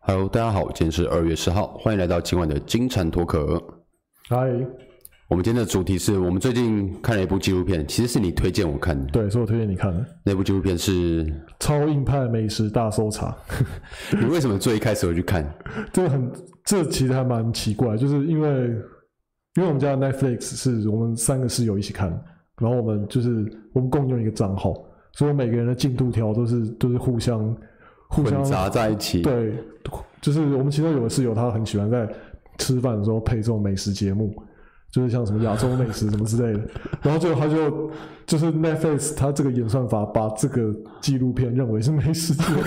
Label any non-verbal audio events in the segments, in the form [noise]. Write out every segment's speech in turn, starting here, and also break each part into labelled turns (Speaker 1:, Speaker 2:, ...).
Speaker 1: Hello，大家好，今天是二月十号，欢迎来到今晚的金蝉脱壳。
Speaker 2: 嗨，
Speaker 1: 我们今天的主题是我们最近看了一部纪录片，其实是你推荐我看的。
Speaker 2: 对，是我推荐你看的《
Speaker 1: 那部纪录片是
Speaker 2: 超硬派美食大搜查》 [laughs]
Speaker 1: 你为什么最一开始会去看？
Speaker 2: 这个很，这其实还蛮奇怪，就是因为因为我们家的 Netflix 是我们三个室友一起看，然后我们就是我们共用一个账号，所以每个人的进度条都是都、是互相互
Speaker 1: 混
Speaker 2: 相
Speaker 1: 杂在一起，
Speaker 2: 对，就是我们其中有的室友他很喜欢在吃饭的时候配这种美食节目，就是像什么亚洲美食什么之类的。然后就他就就是 Netflix 他这个演算法把这个纪录片认为是美食节目，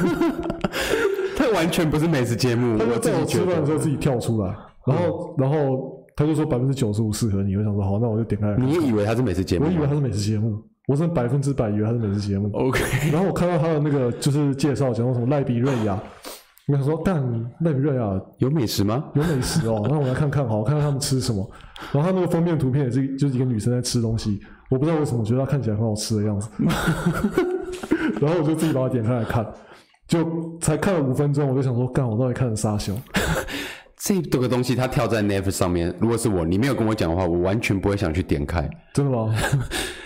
Speaker 1: 它完全不是美食节目，
Speaker 2: 他
Speaker 1: [laughs] 我
Speaker 2: 就
Speaker 1: 自
Speaker 2: 在我
Speaker 1: 己
Speaker 2: 吃
Speaker 1: 觉
Speaker 2: 饭的时
Speaker 1: 得。嗯
Speaker 2: 候自己跳出来，然后然后他就说百分之九十五适合你，我想说好，那我就点开来看。
Speaker 1: 你也以为它是美食节目
Speaker 2: 我以为它是美食节目，我真的百分之百以为它是美食节目。
Speaker 1: ？OK，
Speaker 2: 然后我看到他的那个就是介绍，讲到什么赖比瑞亚，我想说，但赖比瑞亚
Speaker 1: 有美食吗？
Speaker 2: 有美食哦，那我来看看好，我看看他们吃什么。然后他那个封面图片也是就是一个女生在吃东西，我不知道为什么，我觉得她看起来很好吃的样子。 [laughs] 然后我就自己把它点开来看，就才看了五分钟，我就想说，干，我到底看了啥熊？
Speaker 1: 这这个东西它跳在 Netflix 上面，如果是我，你没有跟我讲的话，我完全不会想去点开，
Speaker 2: 真
Speaker 1: [laughs]
Speaker 2: 的吗？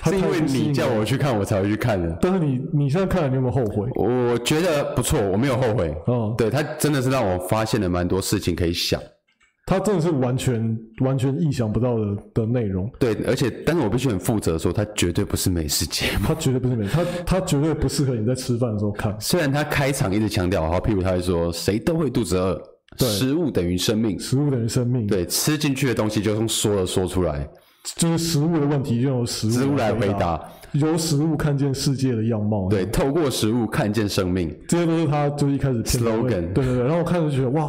Speaker 2: 还
Speaker 1: 是因
Speaker 2: 太
Speaker 1: 为
Speaker 2: 不吸引
Speaker 1: 你
Speaker 2: 人
Speaker 1: 叫，我去看，我才会去看的。
Speaker 2: 但是你你现在看了，你有没有后悔？
Speaker 1: 我觉得不错，我没有后悔。
Speaker 2: 哦
Speaker 1: 对他真的是让我发现了蛮多事情可以想。
Speaker 2: 它真的是完全完全意想不到的的内容，
Speaker 1: 对，而且但是我必须很负责地说，它绝对不是美食节目。 [laughs]
Speaker 2: 它绝对不是美，它它绝对不适合你在吃饭的时候看。
Speaker 1: 虽然他开场一直强调，好，譬如他会说，谁都会肚子饿，食物等于生命。
Speaker 2: 食物等于生命，
Speaker 1: 对，吃进去的东西就用说了说出来，
Speaker 2: 就是食物的问题，就由食物
Speaker 1: 食物来
Speaker 2: 嗯回
Speaker 1: 回答。
Speaker 2: 由食物看见世界的样貌，，
Speaker 1: 对，透过食物看见生命，
Speaker 2: 这些都是他就一开始片头会
Speaker 1: Slogan
Speaker 2: 对对对，然后我看着就觉得哇，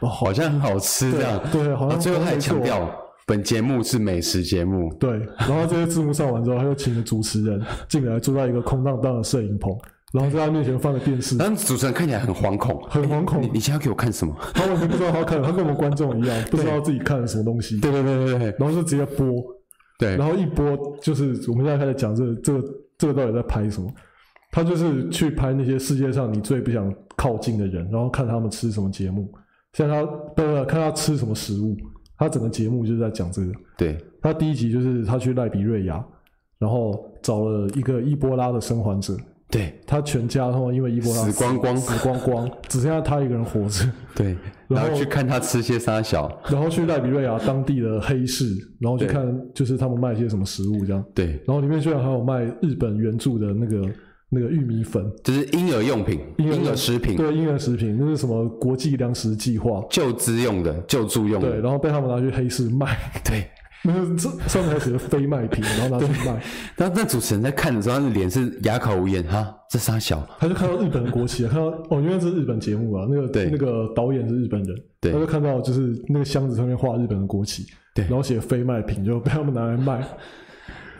Speaker 2: 好，
Speaker 1: 好像很好吃这样。
Speaker 2: 哦对，好
Speaker 1: 然
Speaker 2: 像
Speaker 1: 啊后最后他还
Speaker 2: 没错
Speaker 1: 强调，本节目是美食节目。
Speaker 2: 对，然后这些字幕上完之后，他又请了主持人进来，坐在一个空荡荡的摄影棚，然后在他面前放个
Speaker 1: [laughs]
Speaker 2: 电视，
Speaker 1: 然后主持人看起来很惶恐，
Speaker 2: 很惶恐
Speaker 1: 你，你现在要给我看什么？
Speaker 2: 他完全不知道他看，他跟我们观众一样，不知道自己看了什么东西，
Speaker 1: 对对对对对
Speaker 2: 然后就直接播，
Speaker 1: 对。
Speaker 2: 然后一播就是我们现在开始讲这个这个这个到底在拍什么？他就是去拍那些世界上你最不想靠近的人，然后看他们吃什么节目，像他不不看他吃什么食物，他整个节目就是在讲这个。
Speaker 1: 对
Speaker 2: 他第一集就是他去赖比瑞亚，然后找了一个伊波拉的生还者，
Speaker 1: 对
Speaker 2: 他全家他们因为伊波拉
Speaker 1: 死光光
Speaker 2: 死光光，只剩下他一个人活着。
Speaker 1: 对，
Speaker 2: 然
Speaker 1: 然
Speaker 2: 后
Speaker 1: 后去看他吃些沙小，
Speaker 2: 然后去赖比瑞亚当地的黑市，然后去看就是他们卖一些什么食物这样。
Speaker 1: 对，
Speaker 2: 然后里面居然还有卖日本原著的那个那个玉米粉，
Speaker 1: 就是婴儿用品、
Speaker 2: 婴儿
Speaker 1: 婴儿食品、
Speaker 2: 对，婴儿食品，那是什么国际粮食计划？
Speaker 1: 救资用的、救助用
Speaker 2: 对，
Speaker 1: 的，
Speaker 2: 然后被他们拿去黑市卖，
Speaker 1: 对。
Speaker 2: 那个这上面还写着非卖品，然后拿去卖，
Speaker 1: 然后那主持人在看的时候，他的脸是哑口无言，哈，这沙小，
Speaker 2: 他就看到日本的国旗，看到哦，因为这是日本节目啊，那个
Speaker 1: 对
Speaker 2: 那个导演是日本人，
Speaker 1: 对
Speaker 2: 他就看到就是那个箱子上面画日本的国旗，
Speaker 1: 对
Speaker 2: 然后写非卖品，就被他们拿来卖，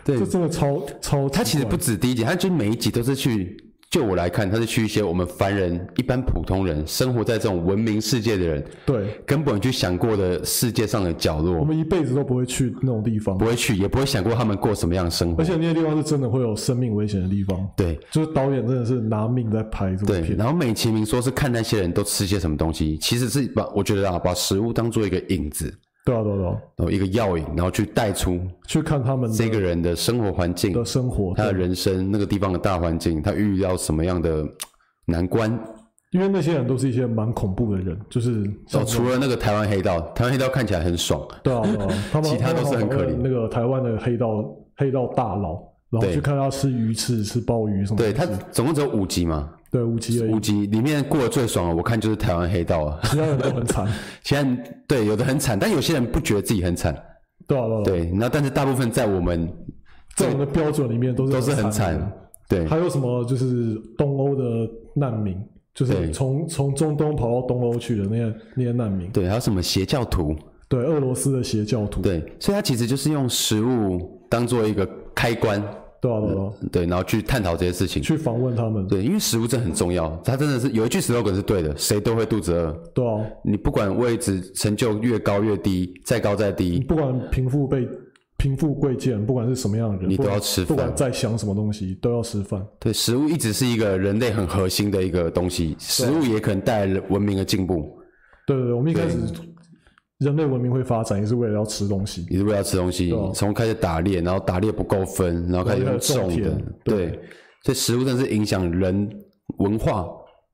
Speaker 1: 对
Speaker 2: 这真的超超奇怪，
Speaker 1: 他其实不止第一集，他就每一集都是去，就我来看，他是去一些我们凡人、一般普通人生活在这种文明世界的人，
Speaker 2: 对，
Speaker 1: 根本就想过的世界上的角
Speaker 2: 我
Speaker 1: 落，
Speaker 2: 们一辈子都不会去那种地方
Speaker 1: 不，会去，也不会想过他们过什么样的生活
Speaker 2: 而。且那些地方是真的会有生命危险的地方，
Speaker 1: 对
Speaker 2: 就是导演真的是拿命在拍这部
Speaker 1: 对，
Speaker 2: 片，
Speaker 1: 然后美其名说是看那些人都吃些什么东西，其实是把我觉得啊，把食物当做一个引子，
Speaker 2: 对啊对啊对啊，
Speaker 1: 然后一个药引，然后去带出
Speaker 2: 去看他们的
Speaker 1: 这个人的生活环境、
Speaker 2: 的生活，
Speaker 1: 他的人生那个地方的大环境，他遇到什么样的嘖难关。
Speaker 2: 因为那些人都是一些蛮恐怖的人，就是
Speaker 1: 哦，
Speaker 2: 像
Speaker 1: 除了那个台湾黑道，台湾黑道看起来很爽，
Speaker 2: 对啊对啊，他们
Speaker 1: 其他都是很可怜
Speaker 2: 他们那个台湾的黑道黑道大佬，然后
Speaker 1: 对
Speaker 2: 去看他吃鱼翅、吃鲍鱼什么的，
Speaker 1: 对他总共只有五集嘛，
Speaker 2: 对无极而已
Speaker 1: 五，集里面过得最爽的，我看就是台湾黑道啊。 [laughs]
Speaker 2: 其他人都很惨，
Speaker 1: 其他人对有的很惨，但有些人不觉得自己很惨，
Speaker 2: 对啊对啊，
Speaker 1: 对，那但是大部分在我们
Speaker 2: 在我们的标准里面都是
Speaker 1: 都是很
Speaker 2: 惨的
Speaker 1: 惨
Speaker 2: 人，，
Speaker 1: 对
Speaker 2: 还有什么就是东欧的难民，就
Speaker 1: 对
Speaker 2: 是从从中东跑到东欧去的那些那些难民，
Speaker 1: 对，还有什么邪教徒，
Speaker 2: 对俄罗斯的邪教徒，
Speaker 1: 对，所以他其实就是用食物当做一个开关，
Speaker 2: 对啊对啊对啊，
Speaker 1: 对，然后去探讨这些事情。
Speaker 2: 去访问他们，
Speaker 1: 对，因为食物真的很重要，它真的是有一句 slogan 是对的，谁都会肚子饿。
Speaker 2: 对啊，
Speaker 1: 你不管位置成就越高越低，再高再低，
Speaker 2: 不管贫富被贫富贵贱，不管是什么样的人，
Speaker 1: 你都
Speaker 2: 不管
Speaker 1: 要吃
Speaker 2: 不管
Speaker 1: 饭
Speaker 2: 在想什么东西，都要吃饭。
Speaker 1: 对，食物一直是一个人类很核心的一个东西，食物也可能带来文明的进步。
Speaker 2: 对对对，我们一开始人类文明会发展也是为了要吃东西，
Speaker 1: 你是为了要吃东西
Speaker 2: 对啊，
Speaker 1: 从开始打猎，然后打猎不够分，然后开始用
Speaker 2: 然后开
Speaker 1: 种
Speaker 2: 始种
Speaker 1: 的
Speaker 2: 田，
Speaker 1: 对，所以食物真的是影响人文化，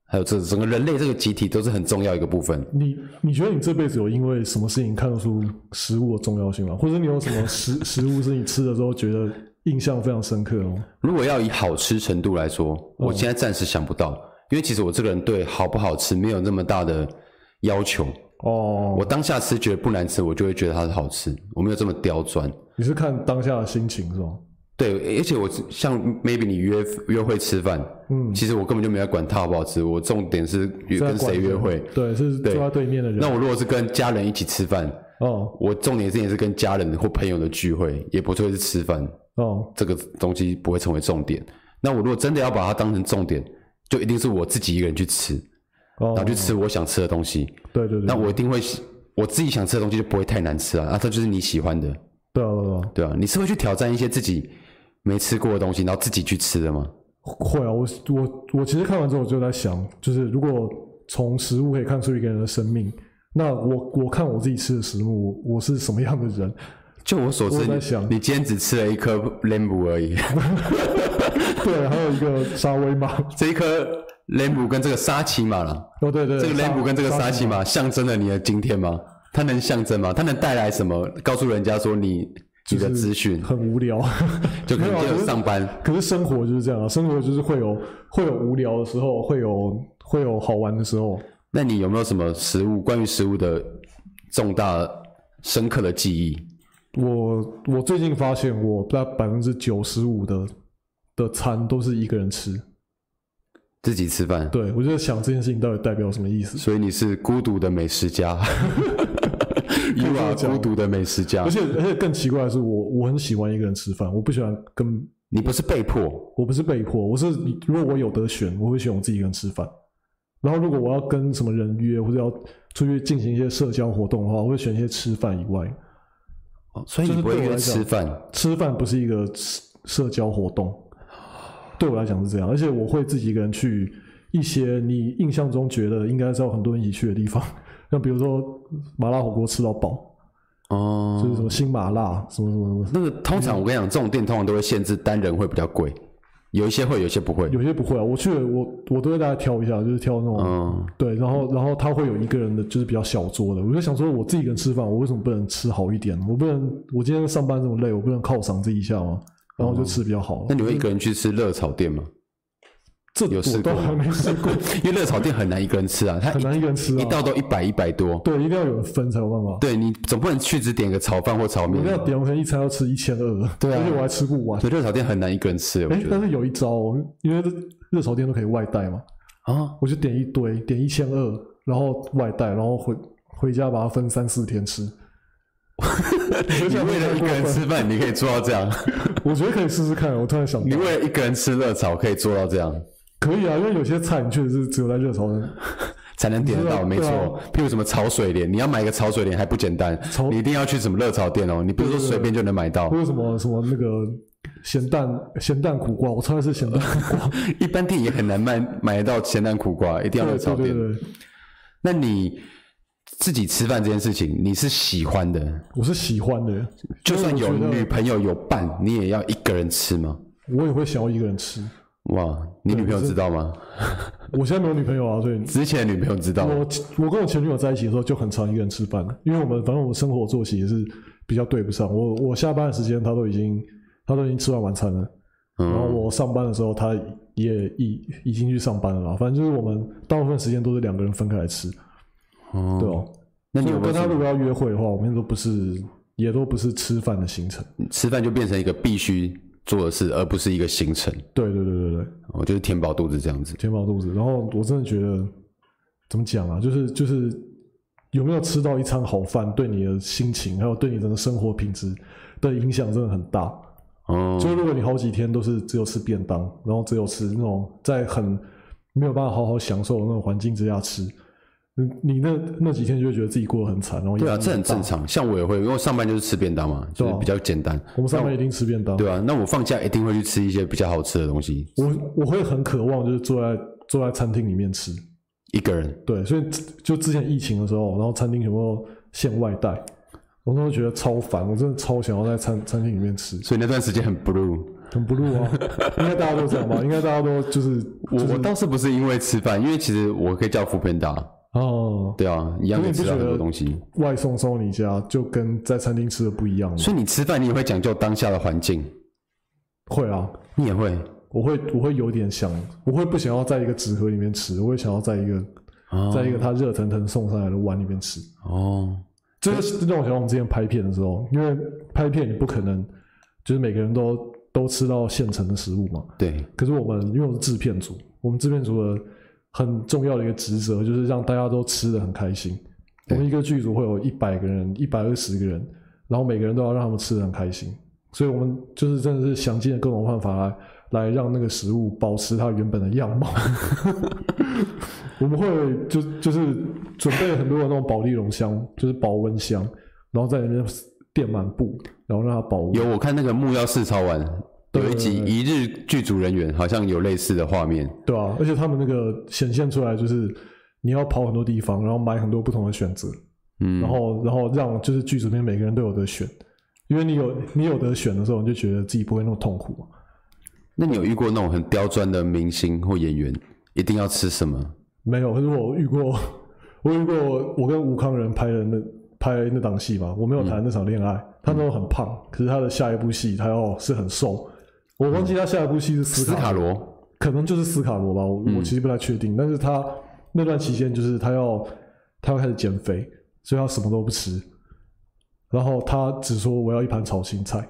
Speaker 1: 还有这整个人类这个集体都是很重要一个部分。
Speaker 2: 你你觉得你这辈子有因为什么事情看得出食物的重要性吗？或者你有什么食
Speaker 1: [laughs]
Speaker 2: 食物是你吃了之后觉得印象非常深刻哦？
Speaker 1: 如果要以好吃程度来说，我现在暂时想不到，因为其实我这个人对好不好吃没有那么大的要求。
Speaker 2: 哦，
Speaker 1: 我当下吃觉得不难吃，我就会觉得它是好吃，我没有这么刁钻。
Speaker 2: 你是看当下的心情是吗？
Speaker 1: 对，而且我像 maybe 你约约会吃饭，嗯，其实我根本就没有管它好不好吃，我重点是跟谁约会。
Speaker 2: 对，是坐在对面的人。
Speaker 1: 那我如果是跟家人一起吃饭，
Speaker 2: 哦
Speaker 1: 我重点是也是跟家人或朋友的聚会，也不会是吃饭，
Speaker 2: 哦，
Speaker 1: 这个东西不会成为重点。那我如果真的要把它当成重点，就一定是我自己一个人去吃，
Speaker 2: 哦
Speaker 1: 然后去吃我想吃的东西。
Speaker 2: 对对对，
Speaker 1: 那我一定会我自己想吃的东西就不会太难吃啊，啊，这就是你喜欢的，
Speaker 2: 对啊对啊，对啊
Speaker 1: 对啊，你是会去挑战一些自己没吃过的东西，然后自己去吃的吗？
Speaker 2: 会啊，我我我其实看完之后我就在想，就是如果从食物可以看出一个人的生命，那我我看我自己吃的食物，我我是什么样的人？ [laughs]
Speaker 1: 就我所
Speaker 2: 我
Speaker 1: 知，
Speaker 2: 在想
Speaker 1: 你你今天只吃了一颗 lembu 而
Speaker 2: [laughs]
Speaker 1: 已，
Speaker 2: 对，还有一个沙威玛，
Speaker 1: 这一颗 lembu 跟这个沙琪玛了。
Speaker 2: 哦对对，
Speaker 1: 这个
Speaker 2: 沙
Speaker 1: 雷姆跟这个沙琪玛象征了你的今天吗？它能象征吗？它能带来什么？告诉人家说你你的资讯，
Speaker 2: 很无聊，
Speaker 1: 就可
Speaker 2: 没有
Speaker 1: 能今
Speaker 2: 啊可
Speaker 1: 天
Speaker 2: 是
Speaker 1: 上班，
Speaker 2: 可是生活就是这样啊，生活就是会有会有无聊的时候，会有会有好玩的时候。
Speaker 1: 那你有没有什么食物关于食物的重大深刻的记忆？
Speaker 2: 我我最近发现，我大概百分之九十五的的餐都是一个人吃。
Speaker 1: 自己吃饭，
Speaker 2: 对我就在想这件事情到底代表什么意思。
Speaker 1: 所以你是孤独的美食
Speaker 2: [laughs]
Speaker 1: 家，You
Speaker 2: 这么
Speaker 1: are
Speaker 2: 讲
Speaker 1: 孤独的美食家
Speaker 2: 而，且而且更奇怪的是我，我很喜欢一个人吃饭，我不喜欢跟
Speaker 1: 你不是被迫，
Speaker 2: 我不是被迫，我是如果我有得选，我会选我自己一个人吃饭。然后如果我要跟什么人约，或者要出去进行一些社交活动的话，我会选一些吃饭以外。
Speaker 1: 哦所以
Speaker 2: 就
Speaker 1: 你
Speaker 2: 是
Speaker 1: 不会
Speaker 2: 对我
Speaker 1: 约
Speaker 2: 来讲
Speaker 1: 吃饭，
Speaker 2: 吃饭不是一个社社交活动，对我来讲是这样。而且我会自己一个人去一些你印象中觉得应该是要很多人一起去的地方， [laughs] 像比如说麻辣火锅吃到饱，
Speaker 1: 哦
Speaker 2: 就是什么新麻辣，什么什么什么
Speaker 1: 那个通常我跟你讲，这种店通常都会限制单人会比较贵，有一些会，有一些不会。
Speaker 2: 有些不会啊，我去了我我都会大概挑一下，就是挑那种、
Speaker 1: 嗯，
Speaker 2: 对，然后然后他会有一个人的，就是比较小桌的。我就想说，我自己一个人吃饭，我为什么不能吃好一点？我不能，我今天上班这么累，我不能犒赏自己一下吗？然后我就吃比较好。
Speaker 1: 那你会一个人去吃热炒店吗？
Speaker 2: 这
Speaker 1: 嗯有试
Speaker 2: 我
Speaker 1: 过
Speaker 2: 都还没试
Speaker 1: [laughs]
Speaker 2: 过，
Speaker 1: 因为热炒店很难一个人吃啊，它
Speaker 2: 很
Speaker 1: 一
Speaker 2: 难一个人吃
Speaker 1: 一
Speaker 2: 啊。
Speaker 1: 道都一百一百多。
Speaker 2: 对，一定要有人分才有办法。
Speaker 1: 对你总不能去只点个炒饭或炒面
Speaker 2: 我。那点我可能一餐要吃一千二，
Speaker 1: 对啊
Speaker 2: 而且我还吃不完。
Speaker 1: 对，热炒店很难一个人吃，我
Speaker 2: 哎
Speaker 1: 觉，得
Speaker 2: 但是有一招哦，因为热炒店都可以外带嘛，
Speaker 1: 啊，
Speaker 2: 我就点一堆，点一千二，然后外带，然后回回家把它分三四天吃。
Speaker 1: [laughs] 你为了一个人吃饭，你可以做到这
Speaker 2: [laughs]
Speaker 1: 样；
Speaker 2: 我觉得可以试试看。我突然想到
Speaker 1: 你，为了一个人吃热炒，可以做到这样，
Speaker 2: 可以啊，因为有些菜你确实是只有在热炒店，
Speaker 1: 才能点得到。没
Speaker 2: 对
Speaker 1: 错
Speaker 2: 啊，
Speaker 1: 譬如什么炒水莲，你要买一个炒水莲还不简单，
Speaker 2: 炒
Speaker 1: 你一定要去什么热炒店哦，你不是说随便就能买到
Speaker 2: [laughs] 或。者什么什么那个咸蛋咸蛋苦瓜，我超爱吃咸蛋
Speaker 1: 呃
Speaker 2: 苦瓜。
Speaker 1: 一般店也很难卖买得到咸蛋苦瓜，一定要热
Speaker 2: 对
Speaker 1: 炒
Speaker 2: 对
Speaker 1: 店
Speaker 2: 对。对，
Speaker 1: 那你自己吃饭这件事情，你是喜欢的，
Speaker 2: 我是喜欢的，
Speaker 1: 就算有
Speaker 2: 因为我觉
Speaker 1: 女
Speaker 2: 得
Speaker 1: 朋友有伴，你也要一个人吃吗？
Speaker 2: 我也会想要一个人吃。
Speaker 1: 哇，你女朋友知道吗？
Speaker 2: 我现在没有女朋友啊，所以
Speaker 1: 之前的女朋友知道吗？
Speaker 2: 我呃我跟我前女友在一起的时候就很常一个人吃饭，因为我们反正我们生活作息也是比较对不上。我我下班的时间她都已经她都已经吃完晚餐了，然后
Speaker 1: 嗯，
Speaker 2: 我上班的时候她也已已经去上班了啦。反正就是我们大部分时间都是两个人分开来吃，
Speaker 1: 哦
Speaker 2: 对哦。
Speaker 1: 那你
Speaker 2: 所以
Speaker 1: 有
Speaker 2: 我
Speaker 1: 没有
Speaker 2: 跟她
Speaker 1: 什
Speaker 2: 如
Speaker 1: 么
Speaker 2: 果要约会的话，我们都不是也都不是吃饭的行程。
Speaker 1: 吃饭就变成一个必须做的事，而不是一个行程？
Speaker 2: 对对对对对，
Speaker 1: 我就是填饱肚子这样子。
Speaker 2: 填饱肚子。然后我真的觉得怎么讲啊，就是就是有没有吃到一餐好饭，对你的心情还有对你整个生活品质的影响真的很大。
Speaker 1: 哦，
Speaker 2: 就如果你好几天都是只有吃便当，然后只有吃那种在很没有办法好好享受的那种环境之下吃，嗯你你那那几天就会觉得自己过得很啊惨，然后
Speaker 1: 对啊，
Speaker 2: 压力
Speaker 1: 这很正
Speaker 2: 大。
Speaker 1: 常。像我也会，因为我上班就是吃便当嘛，就是比较简单。
Speaker 2: 我们上班一定吃便当，
Speaker 1: 对啊，那我放假一定会去吃一些比较好吃的东西，
Speaker 2: 我我会很渴望就是坐在坐在餐厅里面吃，
Speaker 1: 一一个人，
Speaker 2: 对，所以就之前疫情的时候，然后餐厅全部都限外带，我那时候觉得超烦，我真的超想要在餐餐厅里面吃，
Speaker 1: 所以那段时间很 blue。
Speaker 2: 很不入啊。应该大家都这样吧？应该大家都就是
Speaker 1: 我
Speaker 2: 就是
Speaker 1: 我倒是不是因为吃饭，因为其实我可以叫福片大，
Speaker 2: 哦，
Speaker 1: 对啊，一样可以吃到
Speaker 2: 可是你不觉得啊
Speaker 1: 很多东西。
Speaker 2: 外送送你家就跟在餐厅吃的不一样吗？
Speaker 1: 所以你吃饭你也会讲究当下的环境，
Speaker 2: 会啊，
Speaker 1: 你也会
Speaker 2: 我会我会有点想，我会不想要在一个纸盒里面吃，我会想要在一个
Speaker 1: 哦
Speaker 2: 在一个它热腾腾送上来的碗里面吃。
Speaker 1: 哦，
Speaker 2: 这个是让我想到我们之前拍片的时候，因为拍片你不可能就是每个人都都吃到现成的食物嘛。
Speaker 1: 对，
Speaker 2: 可是我们因为我是制片组，我们制片组的很重要的一个职责就是让大家都吃的很开心。我
Speaker 1: 对
Speaker 2: 们一个剧组会有一百个人、一百二十个人，然后每个人都要让他们吃的很开心。所以我们就是真的是想尽了各种办法来来让那个食物保持它原本的样貌。我们会就就是准备了很多的那种保利龙箱，就是保温箱，然后在里面垫满布，然后让它保温。
Speaker 1: 有我看那个木曜四超玩有一集一日剧组人员好像有类似的画面，
Speaker 2: 对啊，而且他们那个显现出来就是你要跑很多地方，然后买很多不同的选择，
Speaker 1: 嗯
Speaker 2: 然，后然后让就是剧组里面每个人都有得选，因为你有你有得选的时候，你就觉得自己不会那么痛苦嘛。
Speaker 1: 那你有遇过那种很刁钻的明星或演员，一定要吃什么？
Speaker 2: 没有，可是我遇过， [laughs] 我遇过我跟吴康仁拍的那拍那档戏嘛，我没有谈那场恋爱，他那时候很胖，可是他的下一部戏他要是很瘦，我忘记他下一部戏是斯
Speaker 1: 斯
Speaker 2: 卡
Speaker 1: 卡罗，
Speaker 2: 可能就是斯卡罗吧，我
Speaker 1: 嗯
Speaker 2: 我其实不太确定。但是他那段期间就是他要他要开始减肥，所以他什么都不吃，然后他只说我要一盘炒青菜，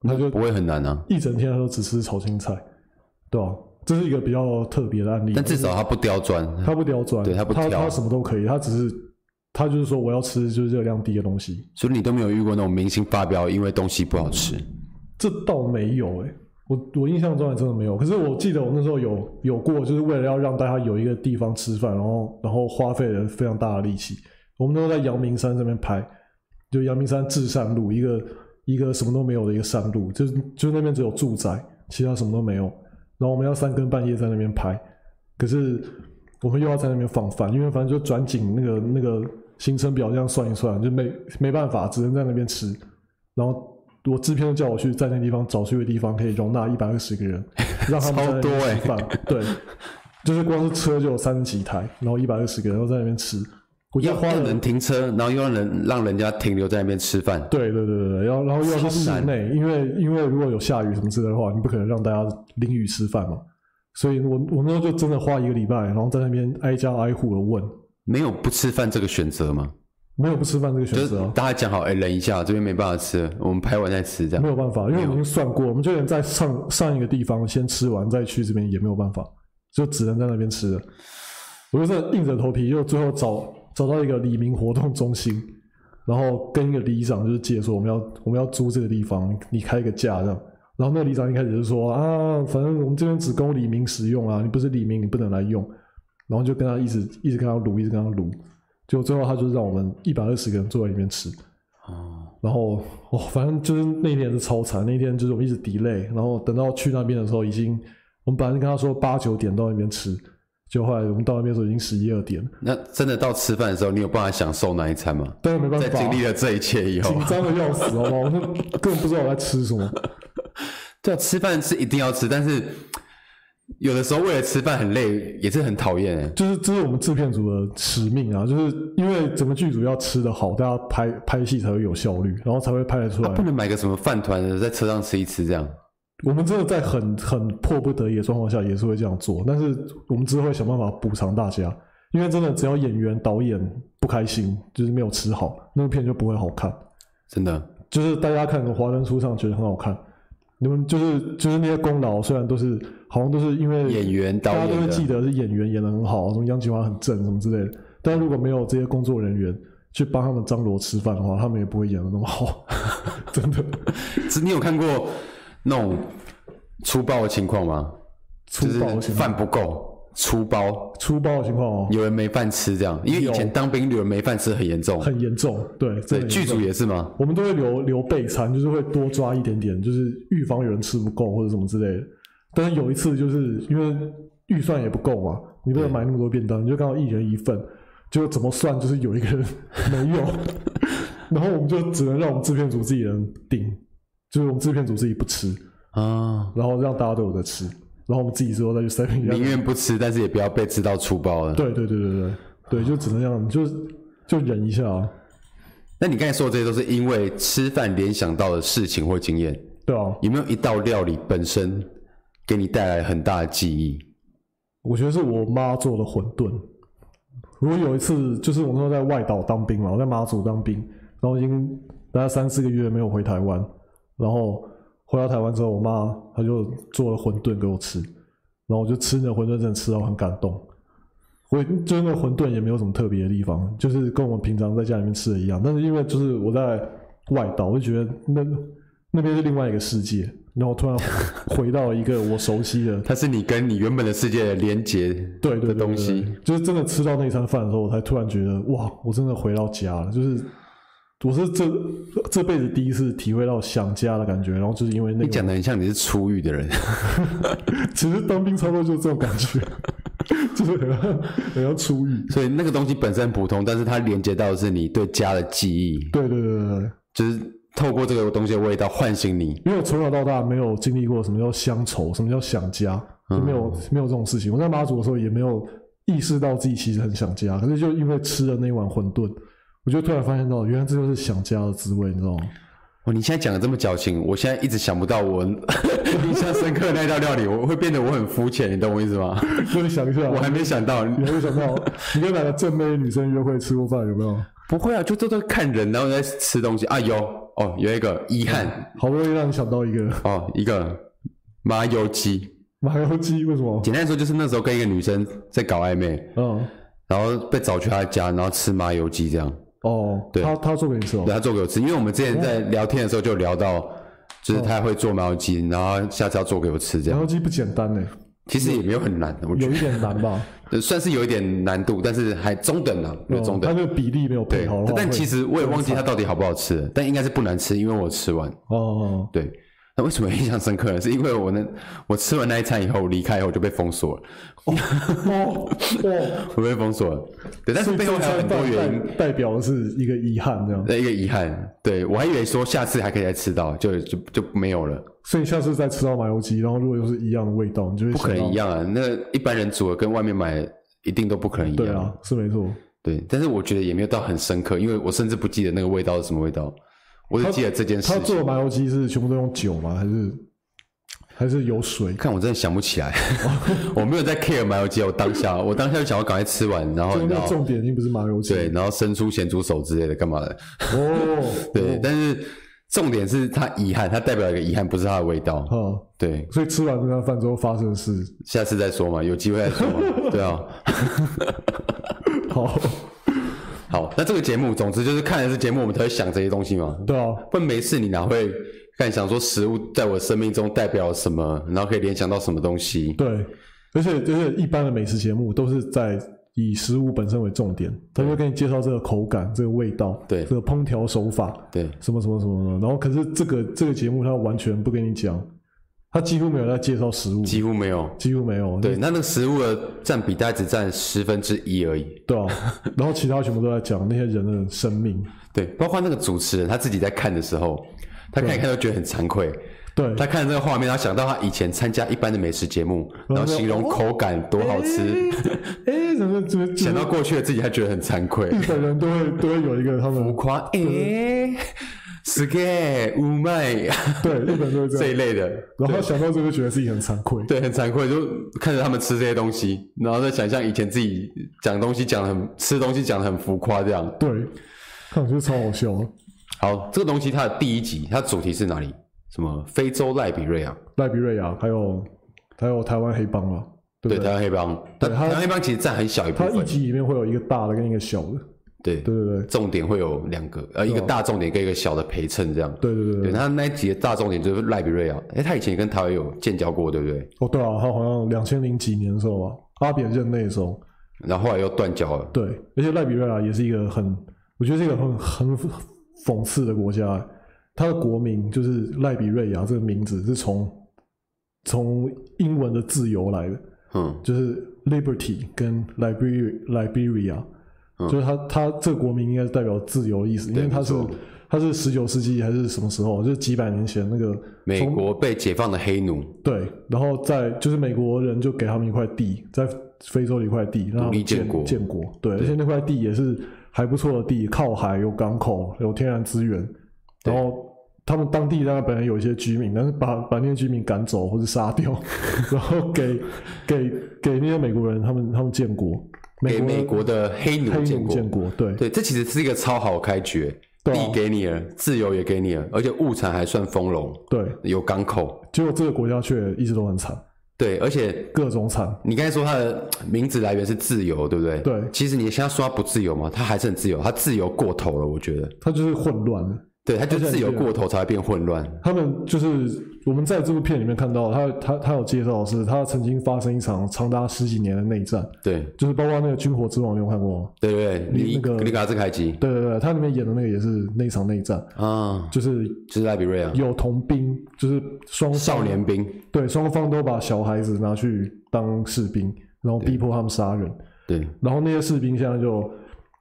Speaker 2: 他就
Speaker 1: 不会很难啊，
Speaker 2: 一整天他都只吃炒青菜，对吧、这是一个比较特别的案例。
Speaker 1: 但至少他不刁钻，
Speaker 2: 嗯他不刁钻，
Speaker 1: 对他
Speaker 2: 他
Speaker 1: 不
Speaker 2: 他
Speaker 1: 挑
Speaker 2: 什么都可以，他只是他就是说我要吃就是热量低的东西，
Speaker 1: 所以你都没有遇过那种明星发飙因为东西不好吃，
Speaker 2: 这倒没有哎、我我印象中还真的没有。可是我记得我那时候有有过，就是为了要让大家有一个地方吃饭，然后然后花费了非常大的力气。我们都在阳明山这边拍，就阳明山至善路一个一个什么都没有的一个山路，就是就是那边只有住宅，其他什么都没有。然后我们要三更半夜在那边拍，可是我们又要在那边放饭，因为反正就转景那个那个行程表这样算一算，就没没办法，只能在那边吃。然后我制片就叫我去在那地方找出一个地方可以容纳一百二十个
Speaker 1: [laughs]
Speaker 2: 人，让他们在那边
Speaker 1: 欸
Speaker 2: 吃饭。对，就是光是车就有三十几台，然后一百二十个人都在那边吃。我就
Speaker 1: 要
Speaker 2: 花
Speaker 1: 要
Speaker 2: 了
Speaker 1: 能停车，然后又让人让人家停留在那边吃饭，
Speaker 2: 对对对对对，然后然后又要是室
Speaker 1: 超
Speaker 2: 内，因为因为如果有下雨什么之类的话，你不可能让大家淋雨吃饭嘛。所以我我那时候就真的花一个礼拜，然后在那边挨家挨户的问，
Speaker 1: 没有不吃饭这个选择吗？
Speaker 2: 没有不吃饭这个选
Speaker 1: 就
Speaker 2: 择
Speaker 1: 是
Speaker 2: 啊，
Speaker 1: 大家讲好，哎、忍一下，这边没办法吃，我们拍完再吃这样
Speaker 2: 没。有办法，因为我们已经算过，我们就连在上上一个地方先吃完再去这边也没有办法，就只能在那边吃了。我就是硬着头皮，又最后找找到一个李明活动中心，然后跟一个里长就是借说我们要我们要租这个地方，你开个价这样。然后那个里长一开始就说啊，反正我们这边只供李明使用啊，你不是李明你不能来用。然后就跟他一直一直跟他撸，一直跟他撸，就最后他就让我们一百二十个人坐在里面吃。然后哦，反正就是那一天是超惨，那一天就是我们一直 delay，然后等到去那边的时候，已经我们本来是跟他说八九点到那边吃，就后来我们到那边的时候已经十一二点了，
Speaker 1: 那真的到吃饭的时候，你有办法享受那一餐吗？
Speaker 2: 但是没办
Speaker 1: 在
Speaker 2: 法
Speaker 1: 经，历了这一切以后
Speaker 2: 紧，张的要死，好 [laughs] 吗？我那根本不知道我在吃什么，
Speaker 1: 对啊，吃饭是一定要吃，但是有的时候为了吃饭很累，也是很讨厌哎。
Speaker 2: 就是这是我们制片组的使命啊，就是因为整个剧组要吃的好，大家拍拍戏才会有效率，然后才会拍得出来
Speaker 1: 啊，不。能买个什么饭团的，在车上吃一吃这样。
Speaker 2: 我们真的在很很迫不得已的状况下也是会这样做，但是我们之后会想办法补偿大家，因为真的只要演员导演不开心，就是没有吃好，那个片就不会好看。
Speaker 1: 真的，
Speaker 2: 就是大家看《华灯初上》觉得很好看，你们就是就是那些功劳，虽然都是好像都是因为
Speaker 1: 演员导
Speaker 2: 大家都
Speaker 1: 演
Speaker 2: 会记
Speaker 1: 的，
Speaker 2: 得是演员演的很好，什么杨景华很正什么之类的，但如果没有这些工作人员去帮他们张罗吃饭的话，他们也不会演的那么好，真的。
Speaker 1: 是你有看过那种粗暴的情况吗？
Speaker 2: 粗暴的
Speaker 1: 就是
Speaker 2: 情况，
Speaker 1: 饭不够，粗包，
Speaker 2: 粗暴的情况哦，
Speaker 1: 有人没饭吃这样。因为以前当兵有人没饭吃很严重，
Speaker 2: 很严重，对，
Speaker 1: 对，
Speaker 2: 真的
Speaker 1: 剧
Speaker 2: 剧
Speaker 1: 组也是吗？
Speaker 2: 我们都会留留备餐，就是会多抓一点点，就是预防有人吃不够或者什么之类的。但是有一次，就是因为预算也不够嘛，你不能买那么多便当，你就刚好一人一份，就怎么算就是有一个人没有，然后我们就只能让我们制片组自己人订，就是我们制片组自己不吃，
Speaker 1: 啊，
Speaker 2: 然后让大家都有的吃，然后我们自己之后再去 seven
Speaker 1: 宁愿不吃，但是也不要被吃到粗包了。
Speaker 2: 对对对对对对，就只能让我们就是就忍一下、啊，
Speaker 1: 那你刚才说的这些都是因为吃饭联想到的事情或经验，
Speaker 2: 对啊，
Speaker 1: 有没有一道料理本身给你带来很大的记忆？
Speaker 2: 我觉得是我妈做的馄饨。我有一次就是我那时候在外岛当兵嘛，我在马祖当兵，然后已经大概三四个月没有回台湾，然后回到台湾之后，我妈她就做了馄饨给我吃，然后我就吃那馄饨，真的吃到很感动。我就是那馄饨也没有什么特别的地方，就是跟我们平常在家里面吃的一样，但是因为就是我在外岛，我就觉得那那边是另外一个世界，然后我突然回到一个我熟悉的
Speaker 1: 它是你跟你原本的世界的连接。
Speaker 2: 对对对
Speaker 1: 的东西，
Speaker 2: 对对就是真的吃到那餐饭的时候，我才突然觉得哇，我真的回到家了。就是我是这这辈子第一次体会到想家的感觉，然后就是因为那
Speaker 1: 你
Speaker 2: 个，
Speaker 1: 讲的很像你是出狱的人， [laughs]
Speaker 2: 其实当兵差不多就是这种感觉， [laughs] 就是很像很像出狱。
Speaker 1: 所以那个东西本身普通，但是它连接到的是你对家的记忆，
Speaker 2: 对对对对对，
Speaker 1: 就是透过这个东西的味道唤醒你。
Speaker 2: 因为我从小到大没有经历过什么叫乡愁，什么叫想家，
Speaker 1: 嗯
Speaker 2: 就没有、没有这种事情。我在马祖的时候也没有意识到自己其实很想家，可是就因为吃了那碗馄饨，我就突然发现到，原来这就是想家的滋味，你知道吗？ [laughs]
Speaker 1: 哦，你现在讲的这么矫情，我现在一直想不到我 [laughs] 印象深刻的那道料理，我会变得我很肤浅，你懂我意思吗？
Speaker 2: 就是想一下，
Speaker 1: 我还没想到，
Speaker 2: 你会想到，你跟哪个正妹女生约会吃过饭有没有？
Speaker 1: 不会啊，就这都看人，然后再吃东西啊。有哦，有一个遗憾
Speaker 2: 好不容易让你想到一个
Speaker 1: 哦，一个麻油鸡。
Speaker 2: 麻油鸡，为
Speaker 1: [laughs]
Speaker 2: 什么？
Speaker 1: 简单来说，就是那时候跟一个女生在搞暧昧，
Speaker 2: 嗯，
Speaker 1: 然后被找去她家，然后吃麻油鸡这样。
Speaker 2: 哦，
Speaker 1: 对
Speaker 2: 他他做给你吃哦
Speaker 1: 对，，啊她做给我吃，因为我们之前在聊天的时候就聊到，就是她会做麻油鸡，然后下次要做给我吃这
Speaker 2: 麻
Speaker 1: 样。
Speaker 2: 油鸡不简单呢，
Speaker 1: 其实也没有很难，我觉
Speaker 2: 有一点难吧？
Speaker 1: 得算是有一点难度，但是还中等啊， [laughs] 没有中
Speaker 2: 他
Speaker 1: 等。
Speaker 2: 那个比例没有配
Speaker 1: 对
Speaker 2: 好的话，，
Speaker 1: 但
Speaker 2: 会
Speaker 1: 其实我也忘记它到底好不好吃了，但应该是不难吃，因为我吃完。
Speaker 2: 哦哦，
Speaker 1: 对，那为什么印象深刻呢？是因为我那我吃完那一餐以后，我离开以后我就被封锁了，
Speaker 2: 哦哦，
Speaker 1: 我被封锁了。对， [laughs] 但是背后还有很多原因，
Speaker 2: 代代表的是一个遗憾这样，
Speaker 1: 的一个遗憾。对我还以为说下次还可以再吃到，就就就没有了，
Speaker 2: 所以下次再吃到麻油鸡，然后如果又是一样的味道，你就会
Speaker 1: 不可
Speaker 2: 想
Speaker 1: 能
Speaker 2: 到
Speaker 1: 一，样啊！那个一般人煮的跟外面买的一定都不可能一
Speaker 2: 对
Speaker 1: 样。
Speaker 2: 啊，是没错。
Speaker 1: 对，但是我觉得也没有到很深刻，因为我甚至不记得那个味道是什么味道，我只记得这件事
Speaker 2: 他
Speaker 1: 情。
Speaker 2: 做的麻油鸡是全部都用酒吗？还是还是有水？
Speaker 1: 看我真的想不起来，
Speaker 2: 哦
Speaker 1: [laughs] 我没有在 care 麻油鸡，我当下我当下就想要赶快吃完，然后
Speaker 2: 就
Speaker 1: 你知
Speaker 2: 那
Speaker 1: 道
Speaker 2: 重点已经不是麻油鸡
Speaker 1: 对，然后伸出咸猪手之类的干嘛的。
Speaker 2: [laughs] 哦，
Speaker 1: 对，但是重点是它遗憾，它代表一个遗憾，不是它的味道。
Speaker 2: 好，
Speaker 1: 对，
Speaker 2: 所以吃完这餐饭之后发生的事，
Speaker 1: 下次再说嘛，有机会再说嘛。对啊，
Speaker 2: 好，
Speaker 1: 好，那这个节目，总之就是看了这节目，我们才会想这些东西嘛。
Speaker 2: 对啊，
Speaker 1: 不然没事，你哪会看想说食物在我生命中代表什么，然后可以联想到什么东西？
Speaker 2: 对，而且就是一般的美食节目都是在以食物本身为重点，他会给你介绍这个口感、这个味道、
Speaker 1: 对
Speaker 2: 这个烹调手法，
Speaker 1: 对，
Speaker 2: 什么什么什么的。然后可是这个这个节目他完全不跟你讲，他几乎没有在介绍食物，
Speaker 1: 几乎没有。
Speaker 2: 几乎没有，
Speaker 1: 对，那那个食物的占比大概只占十分之一而已。
Speaker 2: 对啊，然后其他全部都在讲那些人的生命，
Speaker 1: 对，包括那个主持人他自己在看的时候，他看一看都觉得很惭愧。
Speaker 2: 对，
Speaker 1: 他看这个画面，他想到他以前参加一般的美食节目，然后形容口感多好吃，
Speaker 2: 哎，怎么
Speaker 1: [laughs]
Speaker 2: 怎么怎
Speaker 1: 想
Speaker 2: 么
Speaker 1: 到过去的自己，他觉得很惭愧。
Speaker 2: 日本人都会都会有一个他
Speaker 1: 浮
Speaker 2: 们
Speaker 1: 夸，诶， [laughs] すげえ、うまい
Speaker 2: 对日本都会这样
Speaker 1: 这。一类的，
Speaker 2: 然后想到这个，觉得自己很惭愧。
Speaker 1: 对，很惭愧，就看着他们吃这些东西，然后再想象以前自己讲东西讲得很吃东西讲的很浮夸这样。
Speaker 2: 对，看我觉得超好笑的。
Speaker 1: 好，这个东西它的第一集，它主题是哪里？什么非洲赖比瑞啊亚？
Speaker 2: 赖比瑞亚还有还有台湾黑帮嘛，对
Speaker 1: 对，
Speaker 2: 不
Speaker 1: 台
Speaker 2: 对？
Speaker 1: 湾黑帮，但
Speaker 2: 对
Speaker 1: 台
Speaker 2: 它
Speaker 1: 湾黑帮其实占很小一部
Speaker 2: 它一
Speaker 1: 分，
Speaker 2: 集里面会有一个大的跟一个小的，
Speaker 1: 对
Speaker 2: 对对对
Speaker 1: 重点会有两个，呃，一个大重点跟一个小的陪衬这样。
Speaker 2: 对对对
Speaker 1: 对，
Speaker 2: 对。
Speaker 1: 他那一集的大重点就是赖比瑞亚，哎，他以前也跟台湾有建交过，对不对？
Speaker 2: 哦，对啊，他好像两千零几年的时候吧，阿扁任内的时候，
Speaker 1: 然后后来又断交了，
Speaker 2: 对，而且赖比瑞亚也是一个很，我觉得是一个很很讽刺的国家。它的国名就是赖比瑞亚这个名字是从从英文的自由来的，
Speaker 1: 嗯
Speaker 2: 就是 Liberty 跟 Liberia Liberia，、
Speaker 1: 嗯
Speaker 2: 就是它它这个国名应该是代表自由的意思，因为它是
Speaker 1: 没错
Speaker 2: 它是十九世纪还是什么时候，就是几百年前那个
Speaker 1: 美
Speaker 2: 从
Speaker 1: 国被解放的黑奴，
Speaker 2: 对，然后在就是美国人就给他们一块地，在非洲的一块地，让他
Speaker 1: 立
Speaker 2: 们
Speaker 1: 建
Speaker 2: 建
Speaker 1: 国
Speaker 2: 建国，对，而且那块地也是还不错的地，靠海有港口，有天然资源，
Speaker 1: 对
Speaker 2: 然后。他们当地当然本来有一些居民，但是把把那些居民赶走或者杀
Speaker 1: [laughs]
Speaker 2: 掉，然后给给给那些美国人，他们他们建国，
Speaker 1: 给
Speaker 2: 国
Speaker 1: 美国的黑奴
Speaker 2: 黑
Speaker 1: 建
Speaker 2: 奴
Speaker 1: 国。
Speaker 2: 建国，对
Speaker 1: 对，这其实是一个超好的开局，
Speaker 2: 对啊
Speaker 1: 地给你了，自由也给你了，而且物产还算丰隆，
Speaker 2: 对，
Speaker 1: 有港口。
Speaker 2: 结果这个国家却一直都很惨，
Speaker 1: 对，而且
Speaker 2: 各种惨，
Speaker 1: 你刚才说它的名字来源是自由，对不对？
Speaker 2: 对
Speaker 1: 其实你现在说它不自由嘛，它还是很自由，它自由过头了，我觉得。
Speaker 2: 它就是混乱了。
Speaker 1: 对，它就
Speaker 2: 它是很
Speaker 1: 自由
Speaker 2: 自由
Speaker 1: 过头才会变混乱。
Speaker 2: 他们就是我们在这部片里面看到，他他他有介绍的是，他曾经发生一场长达十几年的内战，
Speaker 1: 对，
Speaker 2: 就是包括那个《军火之王》，你有看过吗？
Speaker 1: 对对对，
Speaker 2: 你
Speaker 1: 你
Speaker 2: 那个
Speaker 1: 你给他这开机
Speaker 2: 对对对，他里面演的那个也是那场内战，
Speaker 1: 啊，
Speaker 2: 就是
Speaker 1: 就是赖比瑞啊，
Speaker 2: 有童兵，就是双方
Speaker 1: 少年兵。
Speaker 2: 对双方都把小孩子拿去当士兵，然后逼迫他们杀人，
Speaker 1: 对，
Speaker 2: 然后那些士兵现在就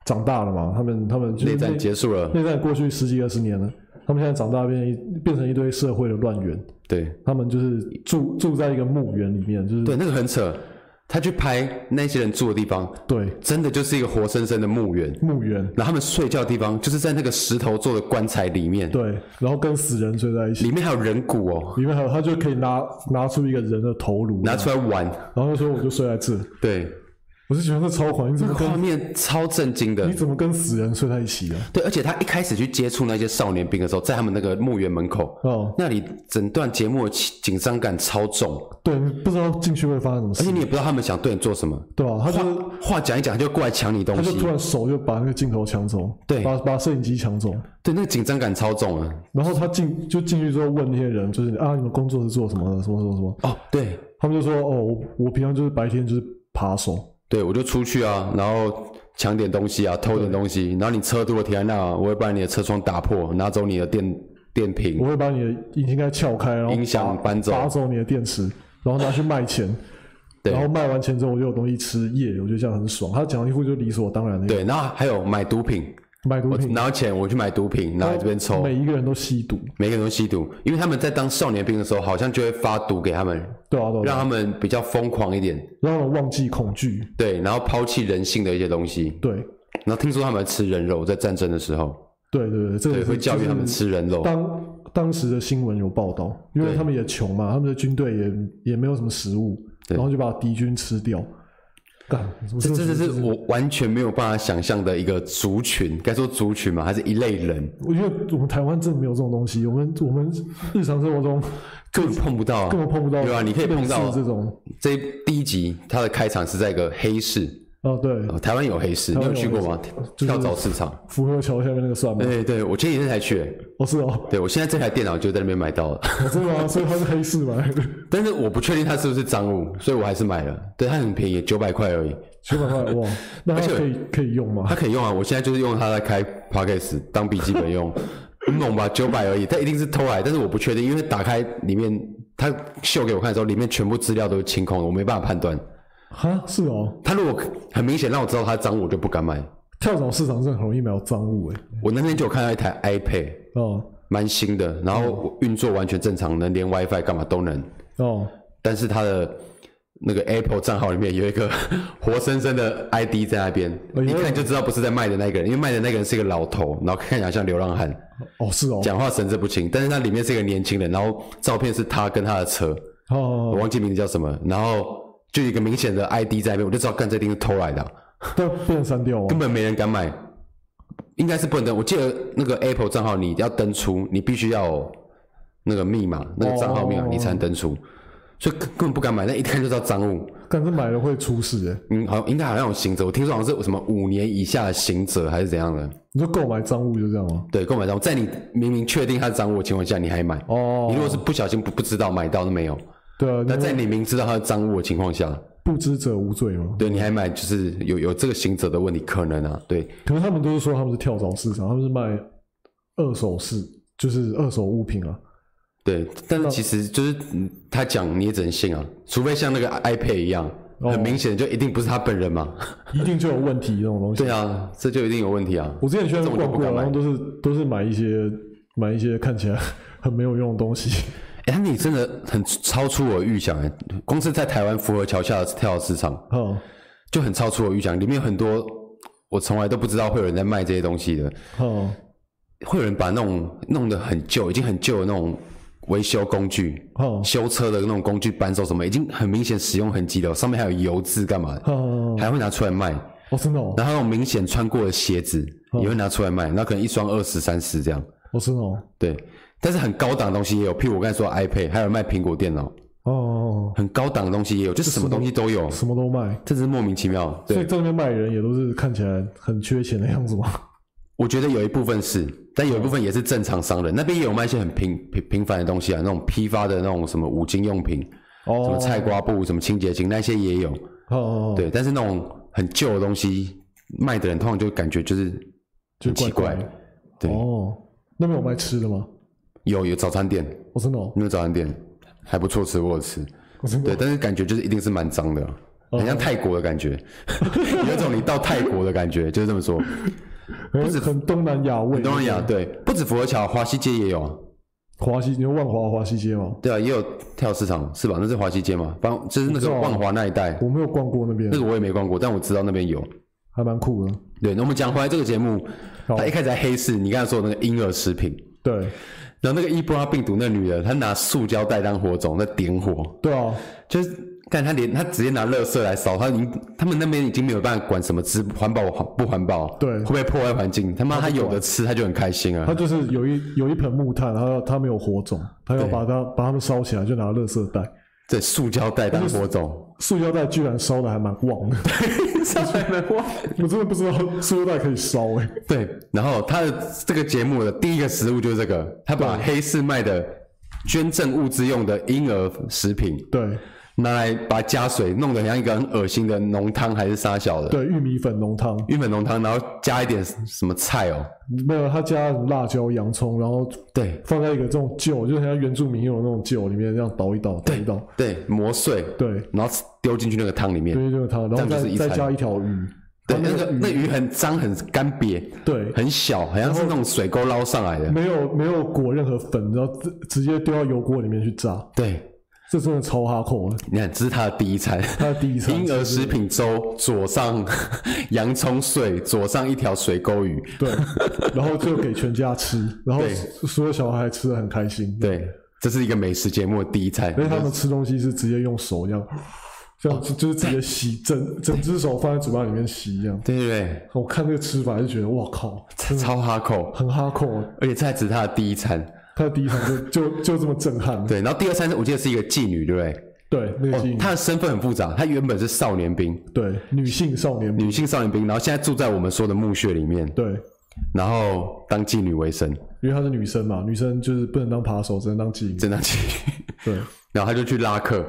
Speaker 2: 长大了嘛，他们他们就是
Speaker 1: 内战结束了。
Speaker 2: 内战过去十几二十年了，他们现在长大变成一变成一堆社会的乱源，
Speaker 1: 对
Speaker 2: 他们就是住住在一个墓园里面，就是
Speaker 1: 对，那个很扯。他去拍那些人住的地方，
Speaker 2: 对
Speaker 1: 真的就是一个活生生的墓园。
Speaker 2: 墓园，
Speaker 1: 然后他们睡觉的地方就是在那个石头做的棺材里面，
Speaker 2: 对，然后跟死人睡在一起，
Speaker 1: 里面还有人骨哦，
Speaker 2: 里面还有他就可以拿拿出一个人的头颅，
Speaker 1: 拿出来玩。
Speaker 2: 然后就说我就睡在这，
Speaker 1: 对，
Speaker 2: 我是觉得这超狂，你怎么跟
Speaker 1: 画面超震惊的
Speaker 2: 你。怎么跟死人睡在一起啊？
Speaker 1: 对，而且他一开始去接触那些少年兵的时候，在他们那个墓园门口，
Speaker 2: 哦，
Speaker 1: 那里整段节目的紧张感超重，
Speaker 2: 对，你不知道进去会发生什么
Speaker 1: 而且
Speaker 2: 事，
Speaker 1: 你也不知道他们想对你做什么。
Speaker 2: 对吧？他就
Speaker 1: 话讲一讲，他就过来抢你
Speaker 2: 他
Speaker 1: 东
Speaker 2: 就
Speaker 1: 西
Speaker 2: 突，然手就把那个镜头抢走，
Speaker 1: 对
Speaker 2: 把把摄影机抢走，
Speaker 1: 对，那个紧张感超重啊。
Speaker 2: 然后他进就进去之后问那些人，就是啊，你们工作是做什么的？什么什么什么？
Speaker 1: 哦，对，
Speaker 2: 他们就说哦，我我平常就是白天就是扒手，
Speaker 1: 对我就出去啊，然后抢点东西啊，偷点东西，然后你车如果停在那啊，我会把你的车窗打破，拿走你的电电瓶
Speaker 2: 我，会把你的引擎盖撬开，然后
Speaker 1: 音响
Speaker 2: 拔
Speaker 1: 搬走
Speaker 2: 拔走你的电池，然后拿去卖钱。
Speaker 1: 对
Speaker 2: 然后卖完钱之后，我就有东西吃，耶，我觉得这样很爽。他讲一副就理所当然的，，
Speaker 1: 对，然后还有买毒品，
Speaker 2: 买毒
Speaker 1: 我
Speaker 2: 品，哦
Speaker 1: 拿到钱我去买毒品，拿来这边抽，
Speaker 2: 每一个人都吸毒，
Speaker 1: 每个人都吸毒，因为他们在当少年兵的时候，好像就会发毒给他们，
Speaker 2: 对啊，对啊对
Speaker 1: 让
Speaker 2: 啊，
Speaker 1: 他们比较疯狂一点，
Speaker 2: 让人忘记恐惧，
Speaker 1: 对，然后抛弃人性的一些东西。
Speaker 2: 对，
Speaker 1: 然后听说他们吃人肉，在战争的时候，
Speaker 2: 对对对，这个
Speaker 1: 对，
Speaker 2: 也是
Speaker 1: 会教育他们。吃人肉
Speaker 2: 就。是当当时的新闻有报道，因为
Speaker 1: 对
Speaker 2: 他们也穷嘛，他们的军队也也没有什么食物，
Speaker 1: 对
Speaker 2: 然后就把敌军吃掉。干，我
Speaker 1: 这
Speaker 2: 真
Speaker 1: 这
Speaker 2: 的
Speaker 1: 这
Speaker 2: 觉得
Speaker 1: 是我完全没有办法想象的一个族群，该说族群吗？还是一类人？
Speaker 2: 我觉得我们台湾真的没有这种东西，我们我们日常生活中
Speaker 1: 根本碰不到、
Speaker 2: 根
Speaker 1: 啊。
Speaker 2: 本碰不到。
Speaker 1: 有啊你可以碰到啊
Speaker 2: 这种。
Speaker 1: 这一第一集它的开场是在一个黑市，
Speaker 2: 哦，对，
Speaker 1: 呃台湾有黑市，你
Speaker 2: 台
Speaker 1: 有
Speaker 2: 湾有
Speaker 1: 去过吗？
Speaker 2: 就是
Speaker 1: 跳蚤市场。
Speaker 2: 福和桥下面那个算吗？
Speaker 1: 哎对对，我前几天才去，
Speaker 2: 哦，是
Speaker 1: [laughs]
Speaker 2: 哦，
Speaker 1: 对我现在这台电脑就在那边买到了， [laughs]
Speaker 2: 哦真的吗？所以它是黑市买的，
Speaker 1: 但是我不确定它是不是赃物，所以我还是买了。对，它很便宜，九百块而已，
Speaker 2: 九百块哇，那它
Speaker 1: 而且
Speaker 2: 可以可以用吗
Speaker 1: 它？可以用啊。我现在就是用它来开 podcast 当笔记本用，你懂吧？九百而已，但一定是偷来，但是我不确定，因为打开里面它秀给我看的时候，里面全部资料都是清空的，我没办法判断。
Speaker 2: 哈，是哦，
Speaker 1: 他如果很明显让我知道他脏，我就不敢买。
Speaker 2: 跳蚤市场真的很容易买到赃物哎。
Speaker 1: 我那天就有看到一台 iPad，
Speaker 2: 哦
Speaker 1: 蛮新的，然后我运作完全正常，能连 WiFi 干嘛都能，
Speaker 2: 哦，
Speaker 1: 但是它的那个 Apple 账号里面有一个 [laughs] 活生生的 ID 在那边，
Speaker 2: 哎呦
Speaker 1: 一看就知道不是在卖的那个人，因为卖的那个人是一个老头，然后看起来像流浪汉，
Speaker 2: 哦是哦，
Speaker 1: 讲话神志不清，但是他里面是一个年轻人，然后照片是他跟他的车，我
Speaker 2: 哦哦，
Speaker 1: 忘记名字叫什么，然后就有一个明显的 ID 在那边，我就知道干这一定是偷来的啊、
Speaker 2: 哦但不能删掉
Speaker 1: 根
Speaker 2: 哦。
Speaker 1: 本没人敢买，应该是不能登。我记得那个 Apple 账号，你要登出，你必须要有那个密码，那个账号密码
Speaker 2: 哦
Speaker 1: 你才能登出，所以根根本不敢买。那一看就知道赃物，
Speaker 2: 但是买了会出事哎，
Speaker 1: 嗯，好，应该好像有刑责，我听说好像是什么五年以下的刑责还是怎样的。
Speaker 2: 你说购买赃物就这样吗？
Speaker 1: 对，购买赃物，在你明明确定它是赃物的情况下，你还买。你如
Speaker 2: 哦，
Speaker 1: 果是不小心不不知道买到，那没有。
Speaker 2: 对啊，
Speaker 1: 那
Speaker 2: 你
Speaker 1: 在你明知道它是赃物的情况下，
Speaker 2: 不知者无罪嘛。
Speaker 1: 对你还买，就是有有这个刑责的问题，可能啊，对，
Speaker 2: 可是他们都是说他们是跳蚤市场，他们是卖二手市，就是二手物品啊。
Speaker 1: 对，但是其实就是嗯他讲你也只能信啊，除非像那个 iPad 一样，很明显就一定不是他本人嘛。
Speaker 2: 一定就有问题那种东西。
Speaker 1: 对啊，这就一定有问题啊。
Speaker 2: 我之前去那边
Speaker 1: 这种
Speaker 2: 逛
Speaker 1: 就不
Speaker 2: 过，
Speaker 1: 敢买
Speaker 2: 然后都是都是买一些买一些看起来很没有用的东西。
Speaker 1: 哎、那你真的很超出我的预想哎、光是在台湾福和桥下的跳蚤市场
Speaker 2: 哈
Speaker 1: 就很超出我的预想，里面有很多我从来都不知道会有人在卖这些东西的，
Speaker 2: 哈，
Speaker 1: 会有人把那种弄得很旧，已经很旧的那种维修工具。
Speaker 2: 哈
Speaker 1: 修车的那种工具扳手什么，已经很明显使用痕迹了，上面还有油渍干嘛的，
Speaker 2: 哈，哦，
Speaker 1: 还会拿出来卖。
Speaker 2: 真的哦，
Speaker 1: 然后那种明显穿过的鞋子也会拿出来卖，那可能一双二十三十这样。
Speaker 2: 哦，真的哦，
Speaker 1: 对，但是很高档的东西也有，譬如我刚才说的 iPad，还有卖苹果电脑，
Speaker 2: 哦哦，
Speaker 1: 很高档的东西也有，就是什么东西都有
Speaker 2: 哦，什么都卖，
Speaker 1: 这真是莫名其妙。
Speaker 2: 所以
Speaker 1: 对，
Speaker 2: 在那边卖的人也都是看起来很缺钱的样子嘛。
Speaker 1: 我觉得有一部分是，但有一部分也是正常商人，那边也有卖一些很平平平凡的东西啊，那种批发的那种什么五金用品，什么
Speaker 2: 哦，
Speaker 1: 菜瓜布、什么清洁精那些也有。
Speaker 2: 哦哦，哦，
Speaker 1: 对，但是那种很旧的东西卖的人，通常就感觉就是
Speaker 2: 就
Speaker 1: 很奇
Speaker 2: 怪怪的。
Speaker 1: 对，
Speaker 2: 哦，那边有卖吃的吗？
Speaker 1: 有有早餐店，
Speaker 2: 哦，真的哦，
Speaker 1: 那个早餐店还不错吃，我有吃。
Speaker 2: 哦真的
Speaker 1: 对，
Speaker 2: 哦，
Speaker 1: 但是感觉就是一定是蛮脏的，很像泰国的感
Speaker 2: [laughs]
Speaker 1: 觉，有一种你到泰国的感觉，就是这么说。
Speaker 2: 很很东南亚味。
Speaker 1: 东南亚对，不止佛桥，华西街也有啊。
Speaker 2: 华西，你说万华华西街吗？
Speaker 1: 对啊，也有跳蚤市场是吧？那是华西街吗？帮就是那个万华那一带，
Speaker 2: 我没有逛过那边
Speaker 1: 那，个我也没逛过，但我知道那边有。
Speaker 2: 还蛮酷的。
Speaker 1: 对，那我们讲回来这个节目，
Speaker 2: 好
Speaker 1: 他一开始在黑市，你刚才说的那个婴儿食品，
Speaker 2: 对，
Speaker 1: 然后那个伊波拉病毒那女的，她拿塑胶袋当火种在点火，
Speaker 2: 对啊，
Speaker 1: 就是看她连她直接拿垃圾来烧，她已经他们那边已经没有办法管什么资环保不环保，
Speaker 2: 对
Speaker 1: 会不会破坏环境？他妈她有的吃，她就很开心啊
Speaker 2: 他。就是有一 [laughs] 有一盆木炭，然后他没有火种，他要
Speaker 1: 对
Speaker 2: 把它把它们烧起来，就拿垃圾袋，
Speaker 1: 这塑胶袋当火种，
Speaker 2: [laughs] 塑胶袋居然烧的还蛮旺的， [laughs]
Speaker 1: 上来没忘。
Speaker 2: 我真的不知道塑胶袋可以烧哎、欸，
Speaker 1: 对，然后他的这个节目的第一个食物就是这个，他把黑市卖的捐赠物资用的婴儿食品
Speaker 2: 对
Speaker 1: 拿来把加水弄得很像一个很恶心的浓汤还是沙小的。
Speaker 2: 对，玉米粉浓汤，
Speaker 1: 玉粉浓汤，然后加一点什么菜哦？
Speaker 2: 没有他加辣椒、洋葱，然后
Speaker 1: 对
Speaker 2: 放在一个这种臼，就是像原住民用的那种臼里面这样倒一倒，倒一倒，
Speaker 1: 对，磨碎，
Speaker 2: 对，
Speaker 1: 然后丢进去那个汤里面。
Speaker 2: 对，就是汤，然后
Speaker 1: 这样就是
Speaker 2: 再
Speaker 1: 一
Speaker 2: 再
Speaker 1: 餐
Speaker 2: 加一条鱼，
Speaker 1: 对，
Speaker 2: 它
Speaker 1: 那个那鱼很脏，很干瘪，
Speaker 2: 对，
Speaker 1: 很小，好像是那种水沟捞上来的。
Speaker 2: 没有没有裹任何粉，然后直直接丢到油锅里面去炸，
Speaker 1: 对，
Speaker 2: 这真的超哈扣的，
Speaker 1: 你看，这是他的第一餐。
Speaker 2: 他的第一餐
Speaker 1: 婴儿食品粥，左上洋葱碎，左上一条水沟鱼。
Speaker 2: 对，然后就给全家吃，然后
Speaker 1: 对
Speaker 2: 所有小孩吃的很开心，
Speaker 1: 对，这是一个美食节目的第一餐。
Speaker 2: 因为他们吃东西是直接用手这样，这样就是直接吸，整整只手放在嘴巴里面吸这样。
Speaker 1: 对对对，
Speaker 2: 我看这个吃法就觉得，哇靠，
Speaker 1: 超哈口，
Speaker 2: 很哈扣啊，
Speaker 1: 而且这还只是他的第一餐。
Speaker 2: 他的第一场就 [laughs] 就就这么震撼。
Speaker 1: 对，然后第二餐我记得是一个妓女，对不对？
Speaker 2: 对，那个
Speaker 1: 哦
Speaker 2: 经，
Speaker 1: 他的身份很复杂，他原本是少年兵，
Speaker 2: 对女性少年，
Speaker 1: 女性少年兵，然后现在住在我们说的墓穴里面，
Speaker 2: 对，
Speaker 1: 然后当妓女为生，
Speaker 2: 因为她是女生嘛，女生就是不能当扒手，只能当妓女。
Speaker 1: 正当妓女，
Speaker 2: 对，
Speaker 1: [laughs] 然后他就去拉客，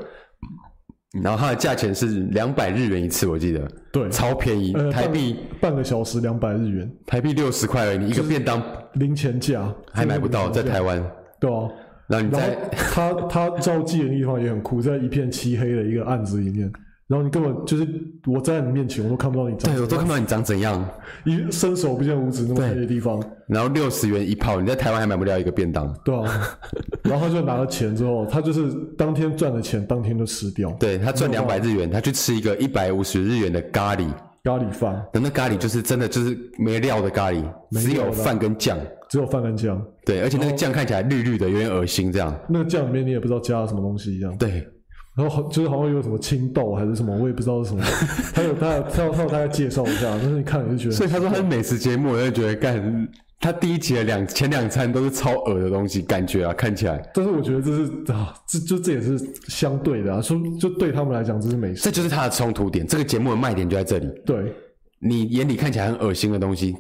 Speaker 1: 然后他的价钱是两百日元一次，我记得，
Speaker 2: 对
Speaker 1: 超便宜，
Speaker 2: 呃
Speaker 1: 台
Speaker 2: 半
Speaker 1: 币
Speaker 2: 半个小时两百日元，
Speaker 1: 台币六十块而已，一个便当
Speaker 2: 零钱价
Speaker 1: 还买不到，在台
Speaker 2: 湾。
Speaker 1: 湾，
Speaker 2: 对啊，
Speaker 1: 然后你
Speaker 2: 然
Speaker 1: 在
Speaker 2: 后他他招妓的地方也很酷，在一片漆黑的一个案子里面，然后你根本就是我在你面前我都看不到你长
Speaker 1: 对，我都看不到你长怎样，
Speaker 2: 一伸手不见五指那么黑的地方，
Speaker 1: 然后六十元一泡，你在台湾还买不了一个便当，
Speaker 2: 对
Speaker 1: [laughs]
Speaker 2: 啊，然后他就拿了钱之后，他就是当天赚的钱当天就吃掉，
Speaker 1: 对他赚两百日元，他去吃一个一百五十日元的咖喱。
Speaker 2: 咖喱饭
Speaker 1: 那那咖喱就是真的就是没料的咖喱，只有饭跟酱，
Speaker 2: 只有饭跟酱，
Speaker 1: 对，而且那个酱看起来绿绿的，有点恶心这样。
Speaker 2: 那个酱里面你也不知道加了什么东西一样，
Speaker 1: 对，
Speaker 2: 然后好就是好像有什么青豆还是什么，我也不知道是什么，他有他有他有他有大概介绍一下，但是你看你就觉
Speaker 1: 所
Speaker 2: 得
Speaker 1: 以他说他是美食节目，我就觉得干，他第一集的两前两餐都是超恶的东西，感觉啊，看起来
Speaker 2: 但是我觉得这是啊，这就这也是相对的啊，说就对他们来讲这是美食，
Speaker 1: 这就是他的冲突点。这个节目的卖点就在这里，
Speaker 2: 对，
Speaker 1: 你眼里看起来很恶心的东西，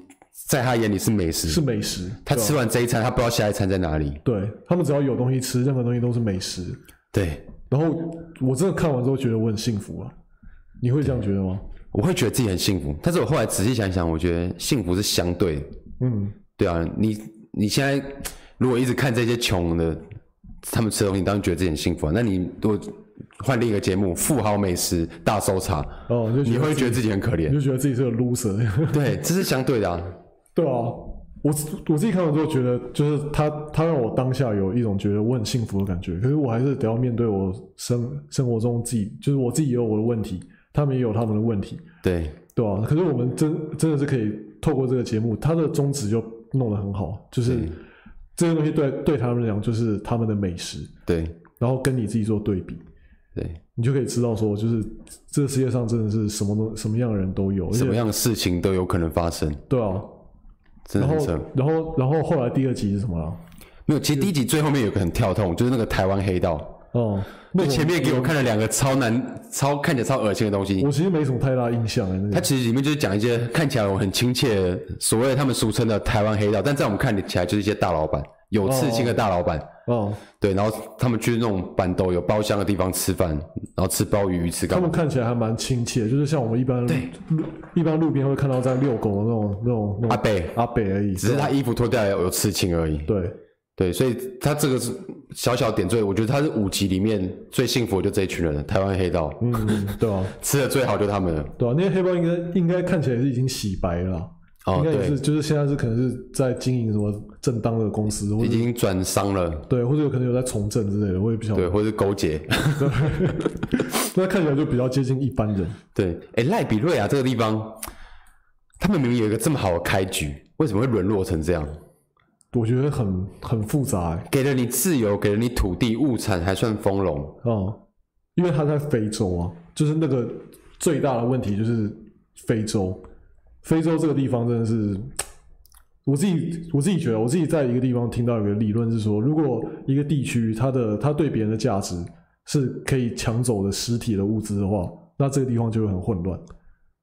Speaker 1: 在他眼里是美食。
Speaker 2: 是美食。
Speaker 1: 他吃完这一餐，他不知道下一餐在哪里。
Speaker 2: 对他们只要有东西吃，任何东西都是美食。
Speaker 1: 对，
Speaker 2: 然后我真的看完之后觉得我很幸福啊，你会这样觉得吗？
Speaker 1: 我会觉得自己很幸福，但是我后来仔细想一想，我觉得幸福是相对的。
Speaker 2: 嗯，
Speaker 1: 对啊，你你现在如果一直看这些穷的，他们吃东西，你当然觉得自己很幸福啊。那你如果换另一个节目《富豪美食大搜查》，
Speaker 2: 哦，你就
Speaker 1: 你
Speaker 2: 觉得
Speaker 1: 会觉得自己很可
Speaker 2: 你
Speaker 1: 怜。
Speaker 2: 就觉得自己是个 loser， [laughs]
Speaker 1: 对，这是相对的啊。
Speaker 2: 对啊，我我自己看完之后觉得，就是他他让我当下有一种觉得我很幸福的感觉，可是我还是得要面对我生生活中自己，就是我自己也有我的问题，他们也有他们的问题，
Speaker 1: 对，
Speaker 2: 对啊，可是我们真真的是可以透过这个节目，它的宗旨就弄得很好，就是
Speaker 1: 对
Speaker 2: 这些东西对对他们来讲就是他们的美食，
Speaker 1: 对，
Speaker 2: 然后跟你自己做对比，
Speaker 1: 对，
Speaker 2: 你就可以知道说，就是这个世界上真的是什么东什么样的人都有，而
Speaker 1: 什么
Speaker 2: 且
Speaker 1: 样的事情都有可能发生，
Speaker 2: 对啊，
Speaker 1: 真的
Speaker 2: 然
Speaker 1: 很
Speaker 2: 后
Speaker 1: 扯。
Speaker 2: 然后然后后来第二集是什么啊了？
Speaker 1: 没有，其实第一集最后面有个很跳痛，就是那个台湾黑道，
Speaker 2: 哦、那
Speaker 1: 就
Speaker 2: 个
Speaker 1: 前面给我看了两个超难、超看起来超恶心的东西。
Speaker 2: 我其实没什么太大印象哎，那
Speaker 1: 它
Speaker 2: 个
Speaker 1: 其实里面就是讲一些看起来我很亲切的，所谓他们俗称的台湾黑道，但在我们看起来就是一些大老板，有刺青的大老板。
Speaker 2: 哦，
Speaker 1: 对，然后他们去那种板豆有包厢的地方吃饭，然后吃鲍鱼、鱼翅
Speaker 2: 他
Speaker 1: 干嘛
Speaker 2: 们看起来还蛮亲切，就是像我们一般路一般路边会看到在遛狗的那种那种那
Speaker 1: 阿
Speaker 2: 种
Speaker 1: 贝，
Speaker 2: 阿北而已，
Speaker 1: 只是他衣服脱掉有有刺青而已。
Speaker 2: 对。
Speaker 1: 对，所以他这个是小小点缀，我觉得他是五集里面最幸福的就这一群人了，台湾黑道
Speaker 2: 嗯，对啊，
Speaker 1: 吃的最好就他们了。
Speaker 2: 对啊，那些黑帮应该应该看起来是已经洗白了啦，
Speaker 1: 哦，
Speaker 2: 应该也
Speaker 1: 对
Speaker 2: 是，就是现在是可能是在经营什么正当的公司，或
Speaker 1: 已
Speaker 2: 者
Speaker 1: 经转商了，
Speaker 2: 对，或者有可能有在从政之类的，我也不晓得。
Speaker 1: 对，或者是勾结。 [laughs]
Speaker 2: 那看起来就比较接近一般人。
Speaker 1: 对，哎，赖比瑞亚这个地方，他们明明有一个这么好的开局，为什么会沦落成这样？
Speaker 2: 我觉得很很复杂、欸，
Speaker 1: 给了你自由，给了你土地、物产，还算丰隆。
Speaker 2: 嗯，因为他在非洲啊，就是那个最大的问题就是非洲，非洲这个地方真的是，我自己我自己觉得，我自己在一个地方听到一个理论是说，如果一个地区它的它对别人的价值是可以抢走的实体的物资的话，那这个地方就会很混乱。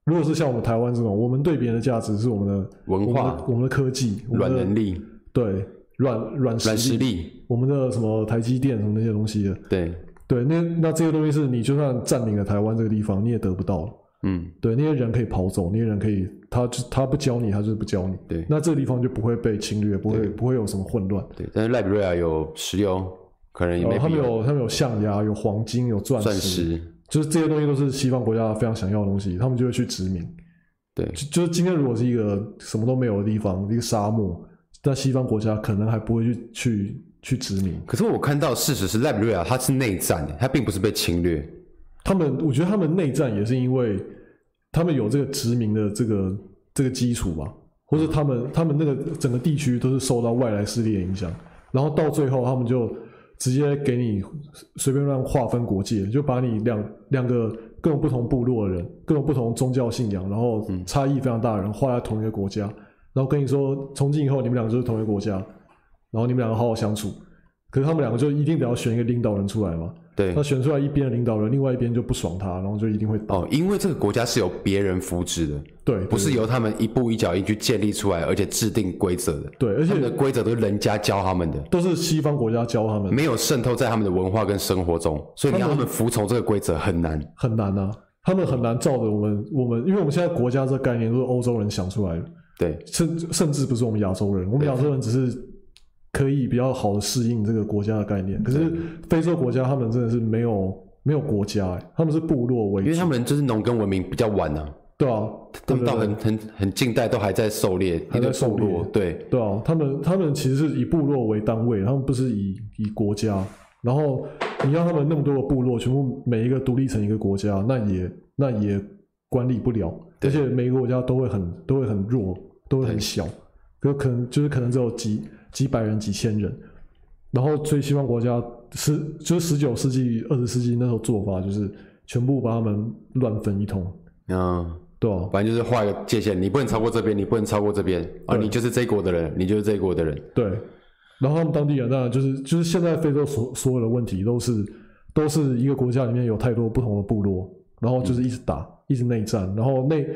Speaker 2: 如果是像我们台湾这种，我们对别人的价值是我们的
Speaker 1: 文
Speaker 2: 我
Speaker 1: 化
Speaker 2: 们的、我们的科技、我们
Speaker 1: 软
Speaker 2: 的
Speaker 1: 能力、
Speaker 2: 对软软实
Speaker 1: 软
Speaker 2: 力、
Speaker 1: 实力，
Speaker 2: 我们的什么台积电什么那些东西的，
Speaker 1: 对，
Speaker 2: 对，那那这些东西是你就算占领了台湾这个地方，你也得不到了。
Speaker 1: 嗯，
Speaker 2: 对，那些人可以跑走，那些人可以，他就他不教你，他就是不教你。
Speaker 1: 对
Speaker 2: 那这个地方就不会被侵略，不会不会有什么混乱。
Speaker 1: 对。但是赖比瑞亚有石油，可能也没
Speaker 2: 呃，他
Speaker 1: 必
Speaker 2: 们
Speaker 1: 要。
Speaker 2: 有他们有象牙，有黄金，有钻石，
Speaker 1: 钻石，
Speaker 2: 就是这些东西都是西方国家非常想要的东西，他们就会去殖民。
Speaker 1: 对，
Speaker 2: 就就是今天如果是一个什么都没有的地方，一个沙漠，在西方国家可能还不会去去去殖民。
Speaker 1: 可是我看到事实是，赖比瑞亚它是内战，它并不是被侵略。
Speaker 2: 他们，我觉得他们内战也是因为他们有这个殖民的这个这个基础吧，或者他们他们那个整个地区都是受到外来势力的影响，然后到最后他们就直接给你随便乱划分国界，就把你两两个各种不同部落的人、各种不同宗教信仰，然后差异非常大的人划在同一个国家，然后跟你说从今以后你们两个就是同一个国家，然后你们两个好好相处。可是他们两个就一定得要选一个领导人出来嘛，
Speaker 1: 对
Speaker 2: 那，选出来一边的领导人，另外一边就不爽他，然后就一定会打。
Speaker 1: 哦，因为这个国家是由别人扶植的，
Speaker 2: 对，
Speaker 1: 不是由他们一步一脚印去建立出来，而且制定规则的。
Speaker 2: 对，而
Speaker 1: 他们的
Speaker 2: 且
Speaker 1: 规则都是人家教他们的，
Speaker 2: 都是西方国家教他们，
Speaker 1: 没有渗透在他们的文化跟生活中，所以你要他们服从这个规则很难。
Speaker 2: 很难啊，他们很难照着我们我们，因为我们现在国家这个概念都是欧洲人想出来的，
Speaker 1: 对
Speaker 2: 甚甚至不是我们亚洲人，我们亚洲人只是可以比较好的适应这个国家的概念，可是非洲国家他们真的是没有没有国家、欸，他们是部落为
Speaker 1: 因
Speaker 2: 主
Speaker 1: 为，他们就是农耕文明比较晚啊，
Speaker 2: 对啊，
Speaker 1: 他们到很很很近代都还在狩猎，
Speaker 2: 还在
Speaker 1: 一个
Speaker 2: 狩
Speaker 1: 部
Speaker 2: 猎
Speaker 1: 落。对
Speaker 2: 对啊，他们他们其实是以部落为单位，他们不是以以国家。然后你让他们那么多的部落，全部每一个独立成一个国家，那也那也管理不了，而且每个国家都会很都会很弱，都会很小，有可能就是可能只有几几百人、几千人。然后最西方国家十就是十九世纪、二十世纪那时候做法就是全部把他们乱分一通，
Speaker 1: 嗯，
Speaker 2: 对吧、
Speaker 1: 反正就是画一个界限，你不能超过这边，你不能超过这边啊，你就是这一国的人，你就是这一国的人。
Speaker 2: 对，然后他们当地人呢，就是就是现在非洲所所有的问题都是都是一个国家里面有太多不同的部落，然后
Speaker 1: 嗯
Speaker 2: 就是一直打，一直内战，然后内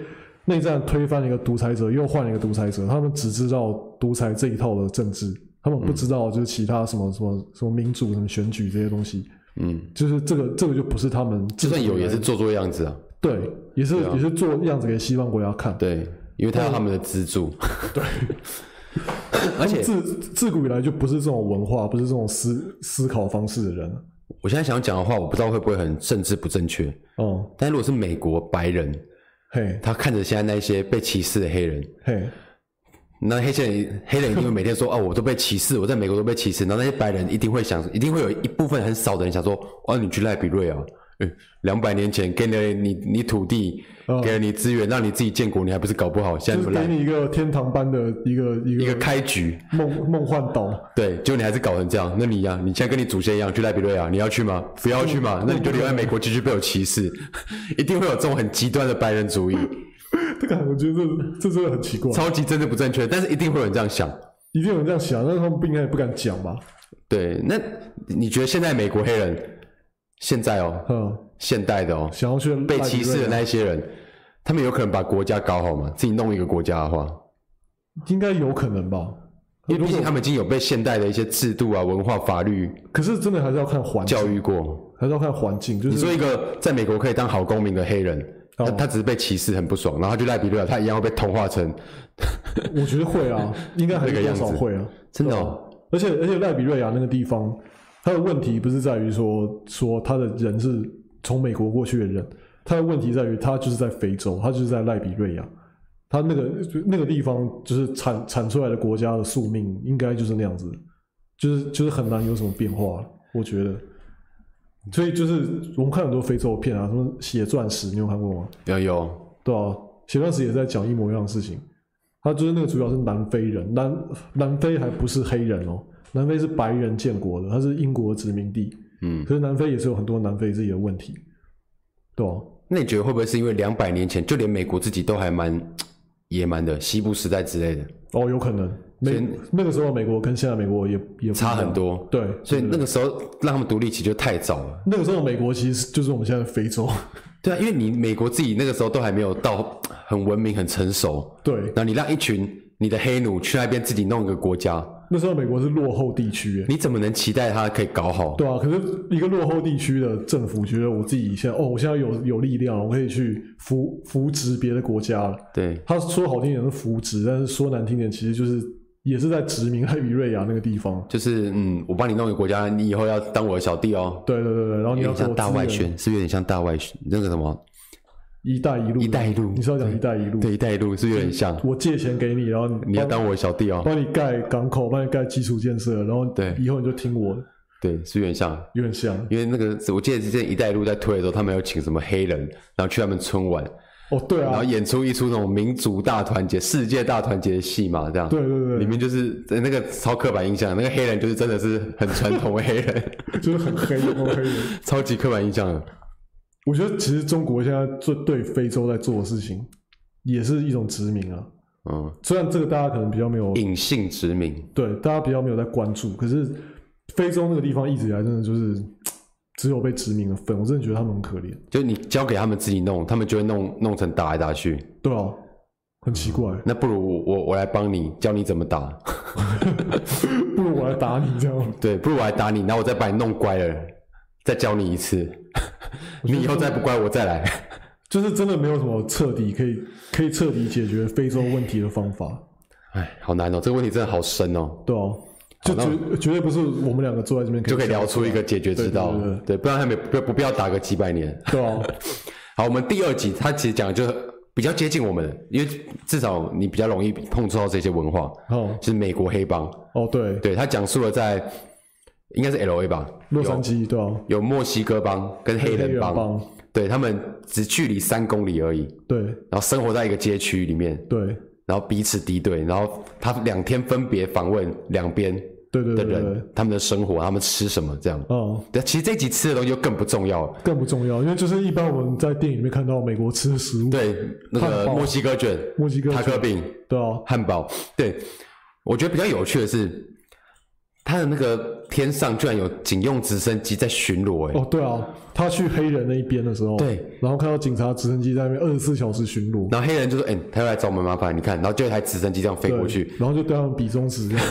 Speaker 2: 内战推翻一个独裁者，又换了一个独裁者，他们只知道独裁这一套的政治，他
Speaker 1: 嗯
Speaker 2: 们不知道就是其他什么什么什么民主、什么选举这些东西，
Speaker 1: 嗯，
Speaker 2: 就是这个这个就不是他们
Speaker 1: 就
Speaker 2: 自
Speaker 1: 算
Speaker 2: 己
Speaker 1: 有也
Speaker 2: 来
Speaker 1: 是做做样子啊。
Speaker 2: 对，也是、也是做样子给西方国家看，
Speaker 1: 对，因为他要他们的资助。 [laughs] 对，而且
Speaker 2: 自自古以来就不是这种文化，不是这种思思考方式的人，
Speaker 1: 我现在想讲的话，我不知道会不会很政治不正确，
Speaker 2: 哦，
Speaker 1: 但如果是美国白人，
Speaker 2: 嘿，
Speaker 1: 他看着现在那些被歧视的黑人，
Speaker 2: 嘿，
Speaker 1: 那黑人黑人一定会每天
Speaker 2: [laughs]
Speaker 1: 说哦，我都被歧视，我在美国都被歧视。然后那些白人一定会想，一定会有一部分很少的人想说，哦，你去赖比瑞啊，两百年前给了你你土地，
Speaker 2: 哦
Speaker 1: 给了你资源，让你自己建国，你还不是搞不好？现在
Speaker 2: 就
Speaker 1: 你
Speaker 2: 是
Speaker 1: 们
Speaker 2: 给
Speaker 1: 来
Speaker 2: 你一个天堂般的一个一
Speaker 1: 一个
Speaker 2: 个
Speaker 1: 开局，
Speaker 2: 梦梦幻岛， [laughs]
Speaker 1: 对，结果你还是搞成这样。那你呀、你现在跟你祖先一样去赖比瑞啊，你要去吗？不要去嘛，那你就留在美国继续被我歧视， [laughs] 一定会有这种很极端的白人主义，
Speaker 2: 这个我觉得这这真的很奇怪，
Speaker 1: 超级政治不正确，但是一定会有人这样想。
Speaker 2: 一定有人这样想，但是他们不应该也不敢讲吧？
Speaker 1: 对，那你觉得现在美国黑人现在哦，
Speaker 2: 嗯，
Speaker 1: 现代的哦，
Speaker 2: 想要去
Speaker 1: 被
Speaker 2: 赖
Speaker 1: 歧
Speaker 2: 比
Speaker 1: 视
Speaker 2: 瑞
Speaker 1: 的那一些人，他们有可能把国家搞好吗？自己弄一个国家的话，
Speaker 2: 应该有可能吧？
Speaker 1: 因为毕竟他们已经有被现代的一些制度啊、文化、法律
Speaker 2: 可是真的还是要看环境，
Speaker 1: 教育过。
Speaker 2: 还是要看环境，就
Speaker 1: 你
Speaker 2: 是
Speaker 1: 说一个在美国可以当好公民的黑人，他
Speaker 2: 哦
Speaker 1: 他只是被歧视很不爽，然后他去赖比瑞亚，他一样会被同化成
Speaker 2: 我觉得会啊，应该还
Speaker 1: [laughs] 那
Speaker 2: 是
Speaker 1: 个
Speaker 2: 多
Speaker 1: 样子
Speaker 2: 少会啊。
Speaker 1: 真的哦
Speaker 2: 而且而且赖比瑞亚那个地方，他的问题不是在于说说他的人是从美国过去的人，他的问题在于他就是在非洲，他就是在赖比瑞亚，他那个那个地方就是产产出来的国家的宿命应该就是那样子，就是就是很难有什么变化了，我觉得。所以就是我们看很多非洲片啊，什么《血钻石》，你有看过吗？
Speaker 1: 有有
Speaker 2: 对啊，前段时间也在讲一模一样的事情。他就是那个主角是南非人，南南非还不是黑人哦，南非是白人建国的，它是英国殖民地。
Speaker 1: 嗯。
Speaker 2: 可是南非也是有很多南非自己的问题，对啊，
Speaker 1: 那你觉得会不会是因为两百年前就连美国自己都还蛮野蛮的西部时代之类的，
Speaker 2: 哦，有可能
Speaker 1: 所
Speaker 2: 美
Speaker 1: 以
Speaker 2: 那个时候美国跟现在美国也也不一样
Speaker 1: 差很。多？
Speaker 2: 对，
Speaker 1: 所以那个时候让他们独立其实就太早了。
Speaker 2: 那个时候美国其实就是我们现在的非洲。 [laughs]
Speaker 1: 对啊，因为你美国自己那个时候都还没有到很文明、很成熟，
Speaker 2: 对
Speaker 1: 然，后你让一群你的黑奴去那边自己弄一个国家，
Speaker 2: 那时候美国是落后地区耶，
Speaker 1: 你怎么能期待他可以搞好？
Speaker 2: 对啊，可是一个落后地区的政府觉得我自己现在哦，我现在有有力量了，我可以去扶扶植别的国家了。
Speaker 1: 对，
Speaker 2: 他说好听点是扶植，但是说难听点，其实就是也是在殖民赖比瑞亚那个地方。
Speaker 1: 就是嗯，我帮你弄一个国家，你以后要当我的小弟哦。
Speaker 2: 对对对对，然后你
Speaker 1: 有
Speaker 2: 要
Speaker 1: 点
Speaker 2: 给我
Speaker 1: 像大
Speaker 2: 资源
Speaker 1: 外，宣，是不是有点像大外宣那个什么？
Speaker 2: 一带一路，
Speaker 1: 一带一路
Speaker 2: 你是要讲一带一路？
Speaker 1: 对，一带一路是不是有点像，
Speaker 2: 我借钱给你，然后
Speaker 1: 你
Speaker 2: 你
Speaker 1: 要当我的小弟哦。
Speaker 2: 帮你盖港口，帮你盖基础建设，然后
Speaker 1: 对
Speaker 2: 以后你就听我的，
Speaker 1: 对，是不是有点像。
Speaker 2: 有点像
Speaker 1: 因为那个，我记得之前“一带一路”在推的时候，他们有请什么黑人，然后去他们村玩，
Speaker 2: 哦，对
Speaker 1: 然后
Speaker 2: 啊，
Speaker 1: 演出一出那种民族大团结、世界大团结的戏嘛，这样。
Speaker 2: 对对
Speaker 1: 里
Speaker 2: 对，
Speaker 1: 面就是呃那个超刻板印象，那个黑人就是真的是很传统的黑人， [laughs]
Speaker 2: 就是很黑，很黑人。
Speaker 1: 超级刻板印象的。
Speaker 2: 我觉得其实中国现在做对非洲在做的事情，也是一种殖民啊。
Speaker 1: 嗯，
Speaker 2: 虽然这个大家可能比较没有
Speaker 1: 隐性殖民，
Speaker 2: 对，大家比较没有在关注。可是非洲那个地方一直以来真的就是只有被殖民的份，我真的觉得他们很可怜。
Speaker 1: 就是你交给他们自己弄，他们就会弄弄成打来打去。
Speaker 2: 对啊，很奇怪，
Speaker 1: 那不如我我我来帮你，教你怎么打。
Speaker 2: 不如我来打你这样。
Speaker 1: 对，不如我来打你，然后我再把你弄乖了，再教你一次。你以后再不乖，我再来。
Speaker 2: 就是真的没有什么彻底可以可以彻底解决非洲问题的方法，
Speaker 1: 哎，好难哦，这个问题真的好深哦，
Speaker 2: 对啊，就
Speaker 1: 那
Speaker 2: 绝绝对不是我们两个坐在这边
Speaker 1: 就可以聊出一个解决之道
Speaker 2: 对对对。
Speaker 1: 对，不然还没不不必要打个几百年。
Speaker 2: 对啊，
Speaker 1: 好，我们第二集它其实讲的就是比较接近我们的，因为至少你比较容易碰触到这些文化，
Speaker 2: 哦
Speaker 1: 就是美国黑帮。
Speaker 2: 哦对，
Speaker 1: 对，它讲述了在应该是 L A 吧，
Speaker 2: 洛杉矶对啊，
Speaker 1: 有墨西哥帮跟黑人
Speaker 2: 人
Speaker 1: 帮，
Speaker 2: 帮，
Speaker 1: 对他们只距离三公里而已，
Speaker 2: 对
Speaker 1: 然后生活在一个街区里面，
Speaker 2: 对
Speaker 1: 然后彼此敌对，然后他两天分别访问两边
Speaker 2: 对对
Speaker 1: 的
Speaker 2: 对对
Speaker 1: 人，
Speaker 2: 对，
Speaker 1: 他们的生活，他们吃什么这样。
Speaker 2: 哦。
Speaker 1: 对，其实这集吃的东西就更不重要了。
Speaker 2: 更不重要，因为就是一般我们在电影里面看到美国吃的食物，
Speaker 1: 对，那
Speaker 2: 汉
Speaker 1: 个
Speaker 2: 堡
Speaker 1: 墨西哥卷、
Speaker 2: 墨西哥
Speaker 1: 塔
Speaker 2: 卷
Speaker 1: 克饼、
Speaker 2: 对啊，
Speaker 1: 汉堡。对，我觉得比较有趣的是，他的那个天上居然有警用直升机在巡逻、欸，
Speaker 2: 哦对啊，他去黑人那一边的时候，
Speaker 1: 对，
Speaker 2: 然后看到警察直升机在那边二十四小时巡逻，
Speaker 1: 然后黑人就说：“哎、他又来找我们麻烦，你看。”然后就有一台直升机这样飞
Speaker 2: 对
Speaker 1: 过去，，
Speaker 2: 然后就对他们比中指
Speaker 1: [laughs]
Speaker 2: 这样，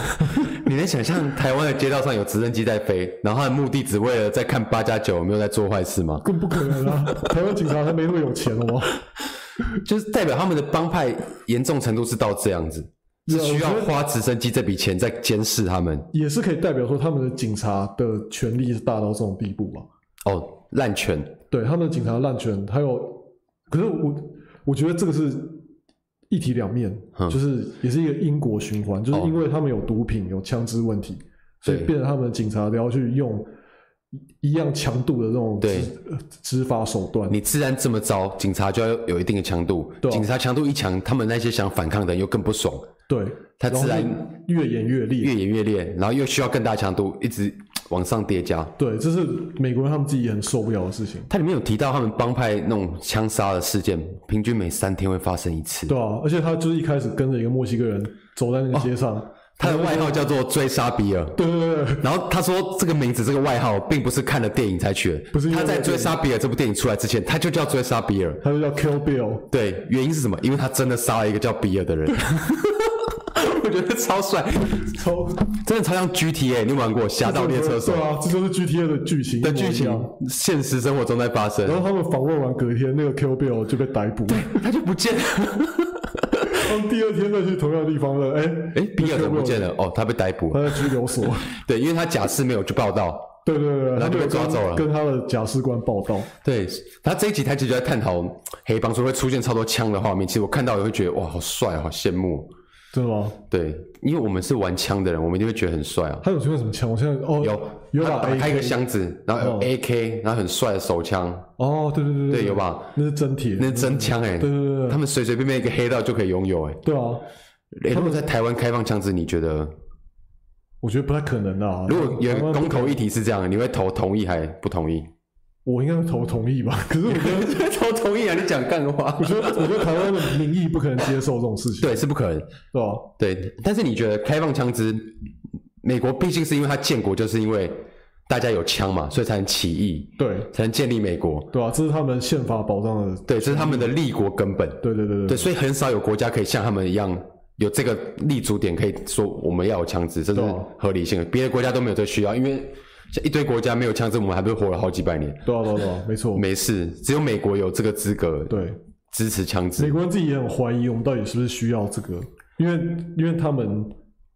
Speaker 1: 你能想象台湾的街道上有直升机在飞，然后他的目的只为了在看八加九有没有在做坏事吗？
Speaker 2: 更不可能啊！台湾警察还没那么有钱好吗？哦
Speaker 1: 就是代表他们的帮派严重程度是到这样子。是
Speaker 2: 对啊
Speaker 1: 需要
Speaker 2: 我觉得
Speaker 1: 花直升机这笔钱在监视他们
Speaker 2: 也是可以代表说他们的警察的权力是大到这种地步吧？
Speaker 1: 哦，滥权
Speaker 2: 对，他们的警察滥权，还有，可是我我觉得这个是一体两面，
Speaker 1: 嗯
Speaker 2: 就是也是一个因果循环，就是
Speaker 1: 哦
Speaker 2: 因为他们有毒品、有枪支问题，所以
Speaker 1: 对
Speaker 2: 变成他们的警察都要去用一一样强度的这种
Speaker 1: 对
Speaker 2: 执呃执法手段。
Speaker 1: 你自然这么糟，警察就要有一定的强度。
Speaker 2: 对啊
Speaker 1: 警察强度一强，他们那些想反抗的人又更不爽，
Speaker 2: 对，
Speaker 1: 他
Speaker 2: 然后
Speaker 1: 自然
Speaker 2: 就越演越烈。
Speaker 1: 越演越烈，然后又需要更大强度，一直往上叠加。
Speaker 2: 对，这是美国人他们自己也很受不了的事情。
Speaker 1: 它里面有提到他们帮派那种枪杀的事件，平均每三天会发生一次。
Speaker 2: 对啊，而且他就是一开始跟着一个墨西哥人走在那
Speaker 1: 哦
Speaker 2: 个街上，
Speaker 1: 他的外号叫做“追杀比尔”。
Speaker 2: 对对对对，
Speaker 1: 然后他说这个名字这个外号并不是看了电影才取的，
Speaker 2: 不是因为
Speaker 1: 他在
Speaker 2: 那
Speaker 1: 《
Speaker 2: 个
Speaker 1: 追杀比尔》这部电影出来之前，他就叫追杀比尔。
Speaker 2: 他就叫 Kill Bill。
Speaker 1: 对，原因是什么？因为他真的杀了一个叫比尔的
Speaker 2: [laughs]
Speaker 1: 人。我觉得超帅，
Speaker 2: 超
Speaker 1: 真的超像 GTA，你有玩过《侠盗猎车手
Speaker 2: 对》啊，这就是 GTA 的剧情
Speaker 1: 的
Speaker 2: 一模一
Speaker 1: 剧情
Speaker 2: 样，
Speaker 1: 现实生活中在发生
Speaker 2: 然，后他们访问完隔天，那个 Q Bill 就被逮捕，
Speaker 1: 他就不见了。
Speaker 2: [laughs] 他们第二天再去同样的地方了，哎、
Speaker 1: 哎，比尔怎么不见
Speaker 2: 了？
Speaker 1: 了？哦，他被逮捕了。
Speaker 2: 他在拘
Speaker 1: [laughs]
Speaker 2: 留所，
Speaker 1: 对，因为他假释没有去报道，
Speaker 2: 对对对对，
Speaker 1: 然后就被
Speaker 2: 有跟
Speaker 1: 抓走了
Speaker 2: 跟他的假释官报道。
Speaker 1: 对他这一集，他其实就在探讨嗯黑帮，说会出现超多枪的画面。其实我看到也会觉得哇，好帅，好羡慕。
Speaker 2: 真的吗？
Speaker 1: 对，因为我们是玩枪的人，我们一定会觉得很帅啊。
Speaker 2: 他有出现什么枪？我现在哦，
Speaker 1: 有
Speaker 2: 有
Speaker 1: 他
Speaker 2: 把
Speaker 1: 打开一
Speaker 2: AK
Speaker 1: 个箱子，然后有
Speaker 2: 哦
Speaker 1: AK，然后很帅的手枪，
Speaker 2: 哦，对对对
Speaker 1: 对，有？吧？
Speaker 2: 那是真铁，
Speaker 1: 那是真枪哎、
Speaker 2: 对对对对
Speaker 1: 他们随随便便一个黑道就可以拥有哎、
Speaker 2: 对啊，
Speaker 1: 欸如果在台湾开放枪支，你觉得
Speaker 2: 我觉得不太可能啊。
Speaker 1: 如果有一
Speaker 2: 台
Speaker 1: 个
Speaker 2: 湾
Speaker 1: 公投议题是这样，你会投同意还不
Speaker 2: [laughs]
Speaker 1: 同意？
Speaker 2: 我应该会投同意吧？ [laughs] 可是我觉得，
Speaker 1: 投同意啊！你讲干话
Speaker 2: 我？觉得，我觉得台湾的民意不可能接受这种事情，
Speaker 1: 对，是不可能。
Speaker 2: 对吧？
Speaker 1: 对，但是你觉得开放枪支，美国毕竟是因为它建国就是因为大家有枪嘛，所以才能起义，
Speaker 2: 对
Speaker 1: 才能建立美国。
Speaker 2: 对啊，这是他们宪法保障的，
Speaker 1: 对，这是他们的立国根本。
Speaker 2: 对对对
Speaker 1: 对，所以很少有国家可以像他们一样有这个立足点，可以说我们要有枪支，这是
Speaker 2: 对啊
Speaker 1: 合理性的。别的国家都没有这需要，因为像一堆国家没有枪支，我们还不是活了好几百年？
Speaker 2: 对啊，对啊，对啊，没错，
Speaker 1: 没事，只有美国有这个资格
Speaker 2: 对，
Speaker 1: 支持枪
Speaker 2: 美
Speaker 1: 支。
Speaker 2: 国人自己也很怀疑我们到底是不是需要这个，因为因为他们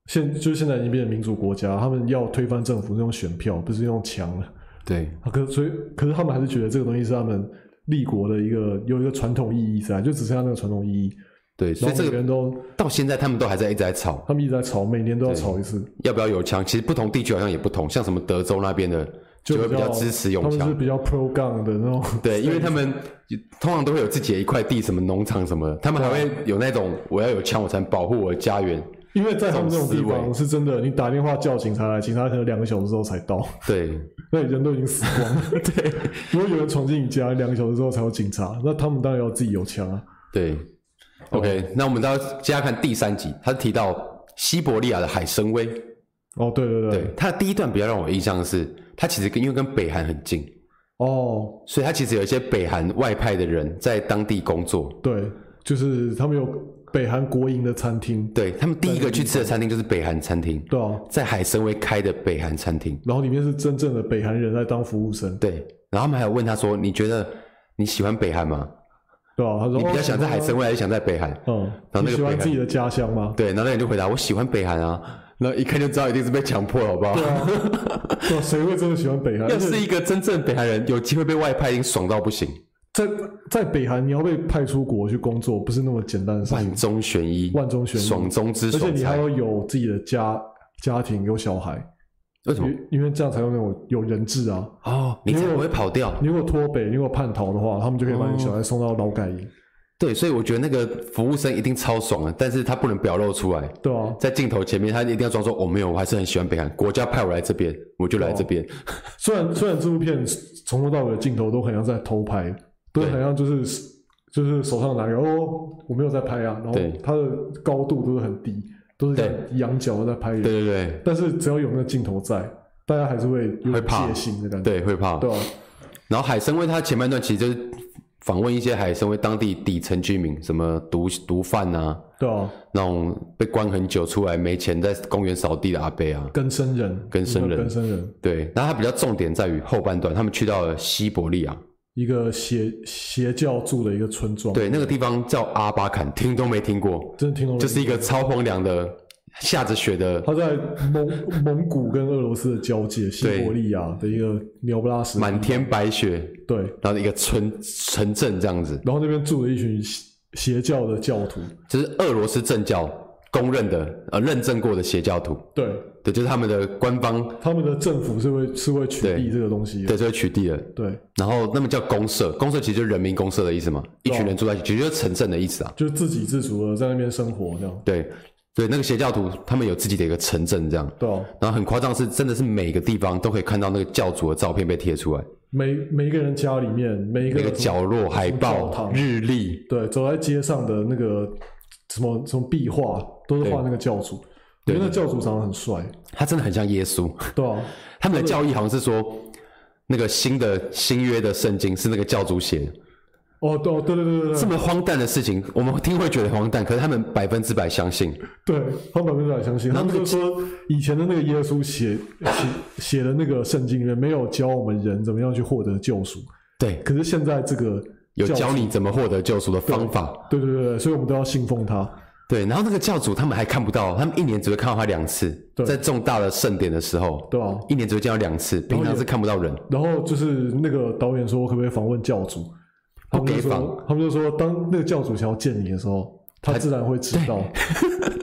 Speaker 2: 现就是现在已经变成民主国家，他们要推翻政府是用选票，不是用枪了。
Speaker 1: 对，
Speaker 2: 啊，可所以可是他们还是觉得这个东西是他们立国的一个有一个传统意义在，就只剩下那个传统意义，
Speaker 1: 对，所
Speaker 2: 然
Speaker 1: 以
Speaker 2: 后
Speaker 1: 这个
Speaker 2: 每个人都
Speaker 1: 到现在他们都还在一直在吵。
Speaker 2: 他们一直在吵，每年都要吵一次，
Speaker 1: 要不要有枪？其实不同地区好像也不同，像什么德州那边的就会比较支持有
Speaker 2: 他们是
Speaker 1: 枪，
Speaker 2: 比较 pro gun 的
Speaker 1: [laughs]
Speaker 2: 那种，
Speaker 1: 对，因为他们通常都会有自己的一块地，什么农场什么的，他们还会有那种我要有枪我才能保护我的家园，
Speaker 2: 因为在他们这种地
Speaker 1: 这种
Speaker 2: 方是真的，你打电话叫警察来，警察可能两个小时之后才到。
Speaker 1: 对，
Speaker 2: 那人都已经死光
Speaker 1: [laughs]
Speaker 2: 了。 [laughs] 对，如果有人闯进你家，两个小时之后才有警察，那他们当然要自己有枪啊。
Speaker 1: 对，OK，、那我们到接下来看第三集，他提到西伯利亚的海参崴，
Speaker 2: 哦，对对对，
Speaker 1: 对，他的第一段比较让我印象的是，他其实跟因为跟北韩很近，
Speaker 2: 哦，
Speaker 1: 所以他其实有一些北韩外派的人在当地工作，
Speaker 2: 对，就是他们有北韩国营的餐厅，
Speaker 1: 对他们第一个去吃的餐厅就是北韩餐厅，
Speaker 2: 对啊，
Speaker 1: 在海参崴开的北韩餐厅。
Speaker 2: 然后里面是真正的北韩人在当服务生，
Speaker 1: 对，然后他们还有问他说：“你觉得你喜欢北韩吗？
Speaker 2: 对啊，他说
Speaker 1: 你比较想在海，
Speaker 2: 哦
Speaker 1: 参崴还是想在北韩
Speaker 2: 嗯，
Speaker 1: 然后那个
Speaker 2: 你喜
Speaker 1: 北
Speaker 2: 欢
Speaker 1: 韩
Speaker 2: 自己的家乡
Speaker 1: [laughs]
Speaker 2: 吗？”？
Speaker 1: 对，然后那个人就回答：“我喜欢北韩啊。”然后一看就知道一定是被强迫了，好不好？
Speaker 2: 对啊，对啊，谁会真的喜欢北
Speaker 1: [laughs]
Speaker 2: 韩？
Speaker 1: 要
Speaker 2: 而且
Speaker 1: 是一个真正北韩人，有机会被外派，一定爽到不行，
Speaker 2: 在在北韩，你要被派出国去工作，不是那么简单的事情，
Speaker 1: 万中选一，
Speaker 2: 万中选一
Speaker 1: 爽中之
Speaker 2: 而且
Speaker 1: 爽
Speaker 2: 你还
Speaker 1: 才。
Speaker 2: 要有自己的家家庭，有小孩，
Speaker 1: 为什么？
Speaker 2: 因因为这样才有那种有人质啊。
Speaker 1: 哦，你才不会跑掉。
Speaker 2: 你如果脱北，你如果叛逃的话，他们就可以把你小孩送到劳改营，
Speaker 1: 对，所以我觉得那个服务生一定超爽的，但是他不能表露出来，
Speaker 2: 对啊，
Speaker 1: 在镜头前面他一定要装作我、哦没有，我还是很喜欢北韩，国家派我来这边，我就来这边。
Speaker 2: 哦虽然虽然这部片从头到尾的镜头都很像在偷拍，都
Speaker 1: 对
Speaker 2: 很像就是就是手上拿个哦，我没有在拍啊，然后
Speaker 1: 对
Speaker 2: 它的高度都是很低，都是这样仰角在拍人，
Speaker 1: 对对
Speaker 2: 但是只要有那个镜头在，大家还是会有
Speaker 1: 会
Speaker 2: 点
Speaker 1: 怕
Speaker 2: 戒心的感
Speaker 1: 对
Speaker 2: 觉，
Speaker 1: 对，会怕。
Speaker 2: 对啊，
Speaker 1: 然后海参崴他前半段其实就是访问一些海参崴当地底层居民，什么毒毒贩啊，
Speaker 2: 对啊，
Speaker 1: 那种被关很久出来没钱在公园扫地的阿伯啊。
Speaker 2: 根生人，
Speaker 1: 更生人
Speaker 2: 根生人，
Speaker 1: 对，然后他比较重点在于后半段，他们去到了西伯利亚，
Speaker 2: 一个邪邪教住的一个村庄，，
Speaker 1: 对，那个地方叫阿巴坎，听都没听过，
Speaker 2: 真的听懂了。
Speaker 1: 就是一个超荒凉的，下着雪的
Speaker 2: 它在蒙 [laughs] 蒙古跟俄罗斯的交界，西
Speaker 1: 对
Speaker 2: 伯利亚的一个鸟不拉屎，
Speaker 1: 满天白雪，
Speaker 2: 对，
Speaker 1: 然后一个村城镇这样子，
Speaker 2: 然后那边住了一群邪邪教的教徒，
Speaker 1: 就是俄罗斯正教公认的呃认证过的邪教徒，
Speaker 2: 对，
Speaker 1: 对，就是他们的官方
Speaker 2: 他们的政府是会是会取
Speaker 1: 对
Speaker 2: 缔这个东西的，
Speaker 1: 对这个取缔的。
Speaker 2: 对，
Speaker 1: 然后那么叫公社，公社其实就是人民公社的意思嘛，
Speaker 2: 啊
Speaker 1: 一群人住在一起，其实就是城镇的意思啊。
Speaker 2: 就是自给自足的在那边生活这样，
Speaker 1: 对，对，那个邪教徒他们有自己的一个城镇这样。
Speaker 2: 对啊，
Speaker 1: 然后很夸张的是，真的是每个地方都可以看到那个教主的照片被贴出来，
Speaker 2: 每每一个人家里面，每一个
Speaker 1: 那个
Speaker 2: 人
Speaker 1: 角落海
Speaker 2: 教
Speaker 1: 报、
Speaker 2: 堂
Speaker 1: 日历，
Speaker 2: 对，走在街上的那个什么什么壁画，都是画那个教主。我觉得那教主长得很帅，
Speaker 1: 他真的很像耶稣。 [laughs]
Speaker 2: 对啊，
Speaker 1: 他们的教义好像是说，那个新的新约的圣经是那个教主写的，
Speaker 2: 哦，对哦，对对对对
Speaker 1: 这
Speaker 2: 对，
Speaker 1: 么荒诞的事情，我们听会觉得荒诞，可是他们百分之百相信。
Speaker 2: 对，他们百分之百相信。他们就说以前的那个耶稣写写写的那个圣经里面没有教我们人怎么样去获得救赎，
Speaker 1: 对，
Speaker 2: 可是现在这个
Speaker 1: 有
Speaker 2: 教
Speaker 1: 教你怎么获得救赎的方法。
Speaker 2: 对对对对，所以我们都要信奉他。
Speaker 1: 对，然后那个教主他们还看不到，他们一年只会看到他两次，
Speaker 2: 对
Speaker 1: 在重大的盛典的时候，
Speaker 2: 对啊
Speaker 1: 一年只会见到两次，平常是看不到人。
Speaker 2: 然后就是那个导演说可不可以访问教主，他们就
Speaker 1: 不给
Speaker 2: 说
Speaker 1: 访
Speaker 2: 他们就说当那个教主想要见你的时候，他自然会知道，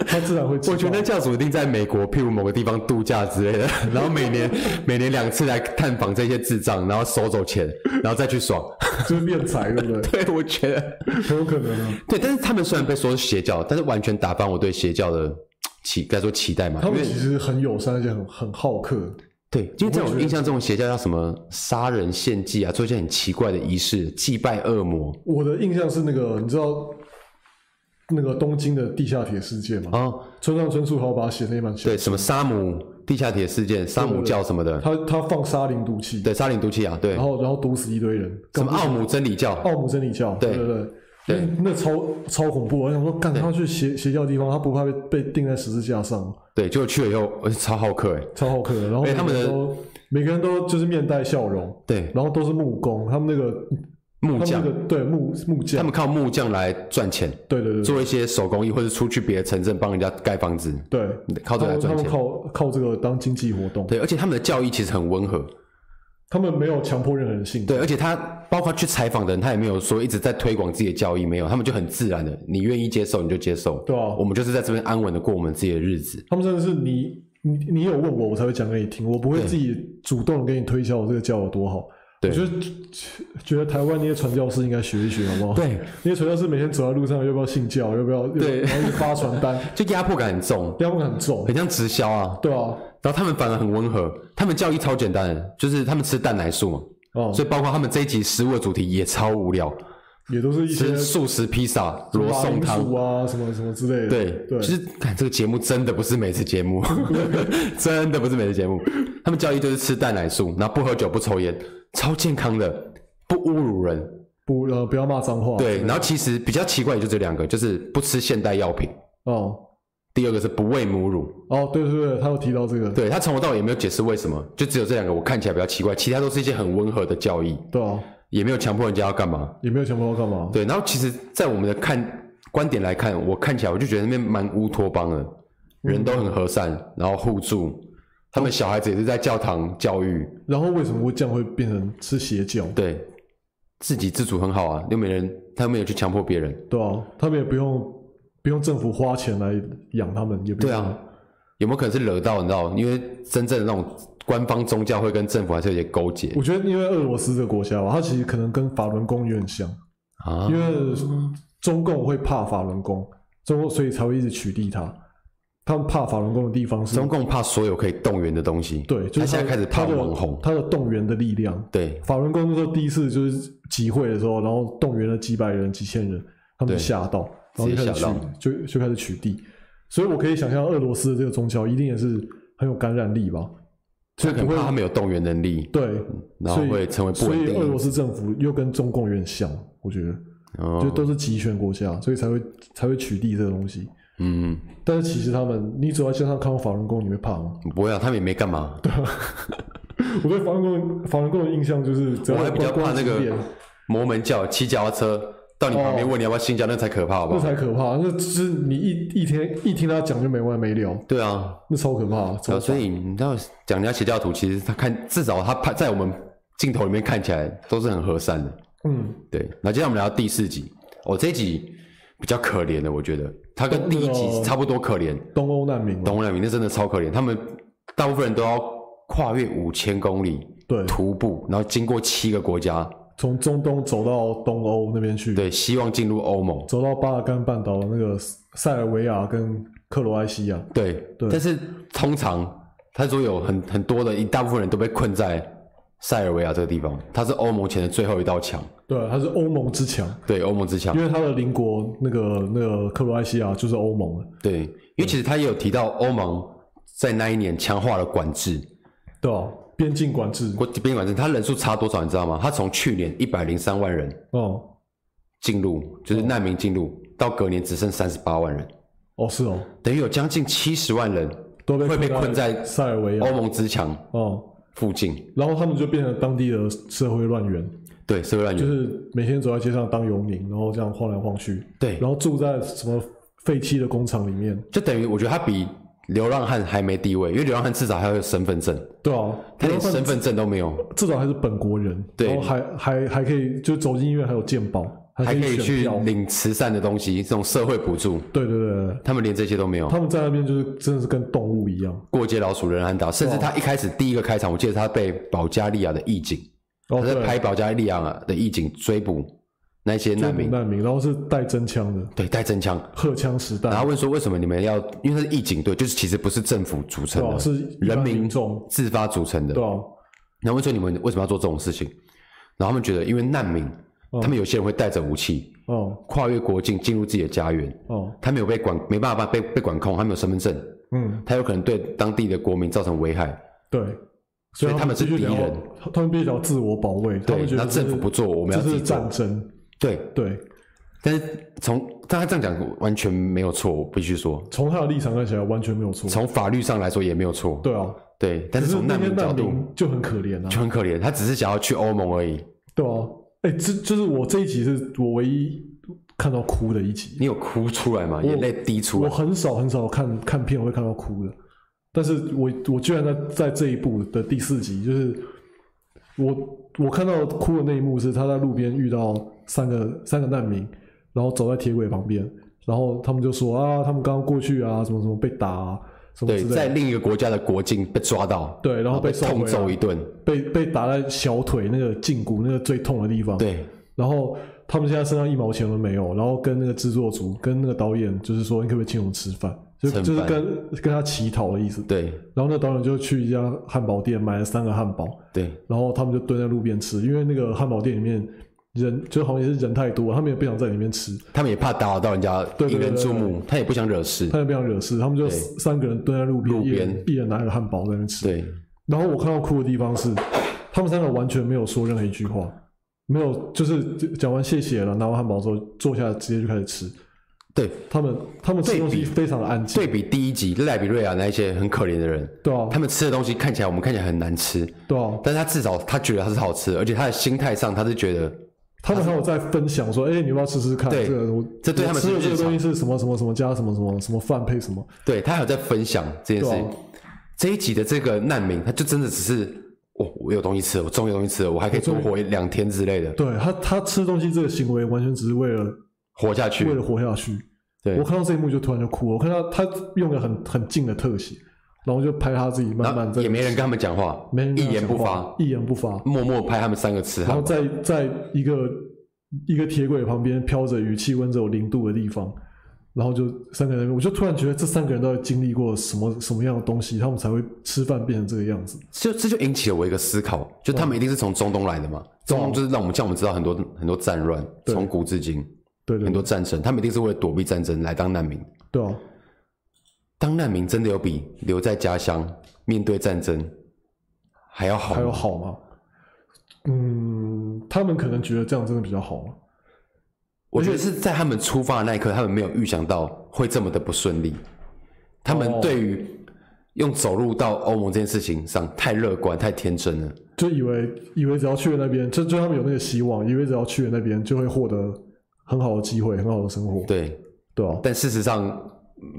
Speaker 2: 他自然会知道。
Speaker 1: 我觉得教主一定在美国，譬如某个地方度假之类的，然后每年每年两次来探访这些智障，然后收走钱，然后再去爽。 [laughs]
Speaker 2: 就是敛财，对不对？
Speaker 1: 对，我觉得
Speaker 2: 很有可能啊。
Speaker 1: 对。但是他们虽然被说是邪教，但是完全打翻我对邪教的期，该说期待嘛。
Speaker 2: 他
Speaker 1: 因
Speaker 2: 们
Speaker 1: 为
Speaker 2: 其实很友善，而且很很好客。
Speaker 1: 对，因为在我印象中，邪教叫什么杀人献祭啊，做一些很奇怪的仪式，祭拜恶魔
Speaker 2: 我的印象是那个，你知道那个东京的地下铁事件吗？
Speaker 1: 啊，
Speaker 2: 村上春树好把写那一本小
Speaker 1: 对，什么杀母地下铁事件、杀母教什么的，
Speaker 2: 他他放沙林毒气，
Speaker 1: 对，杀灵毒气啊，对，
Speaker 2: 然后然后毒死一堆人，
Speaker 1: 什么奥姆真理教，
Speaker 2: 奥姆真理教，
Speaker 1: 对
Speaker 2: 对对。对，那超超恐怖！我想说，干他去邪邪教的地方，他不怕被被钉在十字架上吗？
Speaker 1: 对，结果去了以后，我超好客哎、
Speaker 2: 超好客的。然后
Speaker 1: 哎他们的
Speaker 2: 每个人都每个人都就是面带笑容，
Speaker 1: 对，
Speaker 2: 然后都是木工，他们那个
Speaker 1: 木
Speaker 2: 他
Speaker 1: 匠
Speaker 2: 们那，个对木木
Speaker 1: 他
Speaker 2: 匠，
Speaker 1: 们靠木匠来赚钱，
Speaker 2: 对对对，
Speaker 1: 做一些手工艺，或者出去别的城镇帮人家盖房子，
Speaker 2: 对，
Speaker 1: 靠
Speaker 2: 他
Speaker 1: 这个来
Speaker 2: 们他
Speaker 1: 赚
Speaker 2: 们
Speaker 1: 钱。
Speaker 2: 靠靠这个当经济活动，
Speaker 1: 对，而且他们的教义其实很温和，
Speaker 2: 他们没有强迫任何人信。
Speaker 1: 对，而且他包括去采访的人，他也没有说一直在推广自己的教义，没有，他们就很自然的，你愿意接受你就接受，
Speaker 2: 对啊
Speaker 1: 我们就是在这边安稳的过我们自己的日子。
Speaker 2: 他们真的是你你你有问我，我才会讲给你听，我不会自己主动地给你推销我这个教有多好。
Speaker 1: 对
Speaker 2: 我觉得觉得台湾那些传教士应该学一学，好不好？，
Speaker 1: 对，
Speaker 2: 那些传教士每天走在路上，要不要信教？要不要？
Speaker 1: 对
Speaker 2: 然后就发传
Speaker 1: [laughs]
Speaker 2: 单，
Speaker 1: 就压迫感很重，
Speaker 2: 要不然很重
Speaker 1: 很。像直销啊。
Speaker 2: 对啊，
Speaker 1: 然后他们反而很温和，他们教义超简单的，就是他们吃蛋奶素嘛，
Speaker 2: 哦，
Speaker 1: 所以包括他们这一集食物的主题也超无聊，
Speaker 2: 也都是一些
Speaker 1: 吃素食披萨、罗
Speaker 2: 马
Speaker 1: 宋
Speaker 2: 铃
Speaker 1: 汤
Speaker 2: 薯。啊，什么什么之类的。
Speaker 1: 对，
Speaker 2: 对，
Speaker 1: 就是看这个节目真的不是每次节
Speaker 2: [laughs]
Speaker 1: 目，真的不是每次节目。他们教义就是吃蛋奶素，然后不喝酒、不抽烟，超健康的，不侮辱人。
Speaker 2: 不呃不要骂脏话。
Speaker 1: 对，然后其实比较奇怪也就这两个，就是不吃现代药品，
Speaker 2: 哦
Speaker 1: 第二个是不喂母乳。
Speaker 2: 哦，对对对，他有提到这个。
Speaker 1: 对他从头到尾也没有解释为什么，就只有这两个我看起来比较奇怪，其他都是一些很温和的教义，
Speaker 2: 对啊，
Speaker 1: 也没有强迫人家要干嘛。
Speaker 2: 也没有强迫要干嘛。
Speaker 1: 对，然后其实，在我们的看观点来看，我看起来我就觉得那边蛮乌托邦的，人都很和善，然后互助，他们小孩子也是在教堂教育，
Speaker 2: 然后为什么会这样会变成是邪教？
Speaker 1: 对，自给自足很好啊，又没人，他没有去强迫别人，
Speaker 2: 对啊，他们也不用不用政府花钱来养他们，也不
Speaker 1: 对
Speaker 2: 用
Speaker 1: 啊，有没有可能是惹到你知道？因为真正的那种官方宗教会跟政府还是有些勾结
Speaker 2: 我觉得，因为俄罗斯这个国家吧，它其实可能跟法轮功有点像，
Speaker 1: 啊
Speaker 2: 因，为中共会怕法轮功，中共所以才会一直取缔它。他们怕法轮功的地方是
Speaker 1: 中，共怕所有可以动员的东西，
Speaker 2: 对，就是
Speaker 1: 他现在
Speaker 2: 的
Speaker 1: 开始怕
Speaker 2: 它的
Speaker 1: 网红，
Speaker 2: 它的动员的力量。
Speaker 1: 对
Speaker 2: 法轮功那时候第一次就是集会的时候，然后动员了几百人、几千人，他们
Speaker 1: 对
Speaker 2: 就吓到，然后就开始
Speaker 1: 直接吓
Speaker 2: 取
Speaker 1: 到，
Speaker 2: 就就开始取缔。所以我可以想象，俄罗斯的这个宗教一定也是很有感染力吧？
Speaker 1: 他可能怕他们有动员能力，
Speaker 2: 对，
Speaker 1: 嗯然后
Speaker 2: 所以
Speaker 1: 会成为不
Speaker 2: 所
Speaker 1: 稳
Speaker 2: 以俄罗
Speaker 1: 定，
Speaker 2: 斯政府又跟中共有点像，我觉得
Speaker 1: 哦
Speaker 2: 就都是集权国家，所以才会才会取缔这个东西。
Speaker 1: 嗯。
Speaker 2: 但是其实他们，你走在街上看到法轮功，你会怕吗？ [laughs]
Speaker 1: 不会啊，他们也没干嘛。
Speaker 2: 我对法轮功法轮功的印象就是，只
Speaker 1: 我
Speaker 2: 要
Speaker 1: 还比较
Speaker 2: 关
Speaker 1: 怕那
Speaker 2: 关
Speaker 1: 个
Speaker 2: 起脸
Speaker 1: 摩门教骑脚踏车到你旁边问你要不要信教，那才可怕，好不
Speaker 2: 那
Speaker 1: 好？
Speaker 2: 才可怕。那就是你一一天一听他讲就没完没了，
Speaker 1: 对啊，
Speaker 2: 那超可怕。超
Speaker 1: 对啊所以你知道讲人家邪教徒，其实他看至少他拍在我们镜头里面看起来都是很和善的。
Speaker 2: 嗯，
Speaker 1: 对，那接下来我们聊到第四集，哦，这一集比较可怜的，我觉得他跟第一集差不多可怜。
Speaker 2: 东欧难民嘛，
Speaker 1: 董永明那真的超可怜，他们大部分人都要跨越五千公里
Speaker 2: 对，
Speaker 1: 徒步，然后经过七个国家，
Speaker 2: 从中东走到东欧那边去，
Speaker 1: 对，希望进入欧盟。
Speaker 2: 走到巴尔干半岛那个塞尔维亚跟克罗埃西亚，
Speaker 1: 对，
Speaker 2: 对
Speaker 1: 但是通常他说有很很多的一大部分人都被困在塞尔维亚这个地方，它是欧盟前的最后一道墙，
Speaker 2: 对啊，它是欧盟之墙，
Speaker 1: 对，欧盟之墙
Speaker 2: 因。为它的邻国那个那个克罗埃西亚就是欧盟了，
Speaker 1: 对，因为其实他也有提到欧盟在那一年强化了管制，
Speaker 2: 对吧、边境管制，
Speaker 1: 国边管制，他人数差多少你知道吗？他从去年一百零三万人
Speaker 2: 哦、
Speaker 1: 进入，就是难民进入，到隔年只剩三十八万人，
Speaker 2: 哦是哦，
Speaker 1: 等于有将近七十万人
Speaker 2: 都被
Speaker 1: 会被困在
Speaker 2: 塞尔维
Speaker 1: 欧
Speaker 2: 亚，
Speaker 1: 盟之墙
Speaker 2: 哦、
Speaker 1: 附近，
Speaker 2: 然后他们就变成当地的社会乱源，
Speaker 1: 对，社会乱
Speaker 2: 就
Speaker 1: 源，
Speaker 2: 是每天走在街上当游民，然后这样晃来晃去，
Speaker 1: 对，
Speaker 2: 然后住在什么废弃的工厂里面，
Speaker 1: 就等于我觉得他比流浪汉还没地位，因为流浪汉至少还要有身份证，
Speaker 2: 对啊，
Speaker 1: 他连
Speaker 2: 然后
Speaker 1: 身份证都没有，
Speaker 2: 至少还是本国人，
Speaker 1: 对
Speaker 2: 然后还还还可以就走进医院还有健保，
Speaker 1: 还可以
Speaker 2: 选
Speaker 1: 去
Speaker 2: 票，
Speaker 1: 领慈善的东西，这种社会补助，
Speaker 2: 对对对对，
Speaker 1: 他们连这些都没有。
Speaker 2: 他们在那边就是真的是跟动物一样，
Speaker 1: 过街老鼠人喊打，甚至他一开始第一个开场，我记得他被保加利亚的义警，
Speaker 2: 哦
Speaker 1: 他在
Speaker 2: 对
Speaker 1: 拍保加利亚的义警追捕那些
Speaker 2: 就是
Speaker 1: 难民，
Speaker 2: 难民，然后是带真枪的
Speaker 1: 对，带真枪，
Speaker 2: 荷枪实弹
Speaker 1: 然，后问说为什么你们要，因为他是义警队，就是其实不是政府组成
Speaker 2: 对吧？
Speaker 1: 的，
Speaker 2: 是一般
Speaker 1: 人民
Speaker 2: 民众，
Speaker 1: 自发组成的
Speaker 2: 对。啊吧？
Speaker 1: 然后问说你们为什么要做这种事情？然后他们觉得，因为难民，他们有些人会带着武器
Speaker 2: 哦
Speaker 1: 跨越国境进入自己的家园，
Speaker 2: 哦，
Speaker 1: 他没有被管，没办法被被管控，他没有身份证，
Speaker 2: 嗯，
Speaker 1: 他有可能对当地的国民造成危害，
Speaker 2: 对，
Speaker 1: 所以他们是
Speaker 2: 必须
Speaker 1: 敌
Speaker 2: 得要
Speaker 1: 人。，
Speaker 2: 他们必须得要自我保卫，他
Speaker 1: 对
Speaker 2: 们，觉
Speaker 1: 那
Speaker 2: 得
Speaker 1: 政
Speaker 2: 这
Speaker 1: 府
Speaker 2: 是
Speaker 1: 不做，我们要
Speaker 2: 这
Speaker 1: 自己
Speaker 2: 是
Speaker 1: 做
Speaker 2: 战。争，
Speaker 1: 对，
Speaker 2: 对，
Speaker 1: 但是从但他这样讲完全没有错，我必须说，
Speaker 2: 从他的立场看起来完全没有错，
Speaker 1: 从法律上来说也没有错。
Speaker 2: 对啊，
Speaker 1: 对，但
Speaker 2: 可
Speaker 1: 是
Speaker 2: 是
Speaker 1: 从
Speaker 2: 那
Speaker 1: 难
Speaker 2: 些
Speaker 1: 民角
Speaker 2: 难
Speaker 1: 度
Speaker 2: 民就很可怜啊，
Speaker 1: 就很可怜，他只是想要去欧盟而已。
Speaker 2: 对啊，哎、这就是我这一集是我唯一看到哭的一集。
Speaker 1: 你有哭出来吗？眼泪滴出
Speaker 2: 我
Speaker 1: 来。
Speaker 2: 很少很少看看片我会看到哭的，但是我我居然在在这一部的第四集，就是我我看到哭的那一幕是他在路边遇到三个三个难民，然后走在铁轨旁边，然后他们就说啊，他们刚刚过去啊，什么什么被打、啊，什么
Speaker 1: 对，
Speaker 2: 之类
Speaker 1: 在
Speaker 2: 的，
Speaker 1: 另一个国家的国境被抓到，
Speaker 2: 对，然后被送
Speaker 1: 痛
Speaker 2: 回来
Speaker 1: 揍一顿。
Speaker 2: 被被打在小腿那个胫骨那个最痛的地方，
Speaker 1: 对，
Speaker 2: 然后他们现在身上一毛钱都没有，然后跟那个制作组、跟那个导演就是说，你可不可以请我们吃饭？就
Speaker 1: 蹭饭
Speaker 2: 就是跟跟他乞讨的意思。
Speaker 1: 对，
Speaker 2: 然后那导演就去一家汉堡店买了三个汉堡，
Speaker 1: 对，
Speaker 2: 然后他们就蹲在路边吃，因为那个汉堡店里面人就好像也是人太多，他们也不想在里面吃，
Speaker 1: 他们也怕打扰到人家
Speaker 2: 对对
Speaker 1: 引人
Speaker 2: 对对
Speaker 1: 注目，他也不想惹事
Speaker 2: 他。也不想惹事，他们就三个人蹲在路边，
Speaker 1: 路
Speaker 2: 一
Speaker 1: 边
Speaker 2: 人一人拿一个汉堡在那边吃。
Speaker 1: 对，
Speaker 2: 然后我看到哭的地方是，他们三个完全没有说任何一句话，没有就是讲完谢谢了，拿完汉堡之后坐下来直接就开始吃。
Speaker 1: 对，
Speaker 2: 他们他们吃东西非常的安静，
Speaker 1: 对比第一集赖比瑞亚那一些很可怜的人，
Speaker 2: 对啊
Speaker 1: 他，们吃的东西看起来我们看起来很难吃，
Speaker 2: 对啊，
Speaker 1: 但是他至少他觉得他是好吃的，而且他的心态上他是觉得
Speaker 2: 他们还有在分享说，哎，你要不要吃吃看？
Speaker 1: 对
Speaker 2: 这个我
Speaker 1: 这对他们
Speaker 2: 我吃的
Speaker 1: 是
Speaker 2: 这
Speaker 1: 日
Speaker 2: 个
Speaker 1: 常
Speaker 2: 东西是什么什么什么加什么什么什么饭配什么？
Speaker 1: 对他还有在分享这件事情
Speaker 2: 对啊。
Speaker 1: 这一集的这个难民，他就真的只是哦，我有东西吃了，我终于有东西吃了，我还可以多活一两天之类的，
Speaker 2: 对他他吃东西这个行为完全只是为了
Speaker 1: 活下去
Speaker 2: 为。了活下去。
Speaker 1: 对
Speaker 2: 我看到这一幕就突然就哭了，我看到他用了很很近的特写，然后就拍他自己慢
Speaker 1: 然
Speaker 2: 慢
Speaker 1: 后
Speaker 2: 在
Speaker 1: 也没人跟他们讲话，
Speaker 2: 没人跟
Speaker 1: 一
Speaker 2: 他
Speaker 1: 言不
Speaker 2: 讲话
Speaker 1: 发，，
Speaker 2: 一言不发，
Speaker 1: 默默拍他们三个吃
Speaker 2: 然后
Speaker 1: 汉堡。
Speaker 2: 在在一个一个铁轨旁边飘着雨，气温只有零度的地方，然后就三个人在那边，我就突然觉得这三个人到底经历过什么什么样的东西，他们才会吃饭变成这个样子？
Speaker 1: 就这就引起了我一个思考，就
Speaker 2: 嗯
Speaker 1: 他们一定是从中东来的嘛？中东就是让我们像我们知道很多很多战乱，
Speaker 2: 对
Speaker 1: 从古至今
Speaker 2: 对对
Speaker 1: 很多战争，他们一定是为了躲避战争来当难民。
Speaker 2: 对啊，
Speaker 1: 当难民真的有比留在家乡面对战争还要好
Speaker 2: 还有
Speaker 1: 吗？
Speaker 2: 好吗？嗯，他们可能觉得这样真的比较好嘛。
Speaker 1: 我觉得是在他们出
Speaker 2: 哦
Speaker 1: 发的那一刻，他们没有预想到会这么的不顺利。他们对于用走路到欧盟这件事情上太乐观、太天真了。
Speaker 2: 就以为以为只要去了那边，就就他们有那个希望，以为只要去了那边就会获得很好的机会、很好的生活，
Speaker 1: 对，
Speaker 2: 对吧、啊？
Speaker 1: 但事实上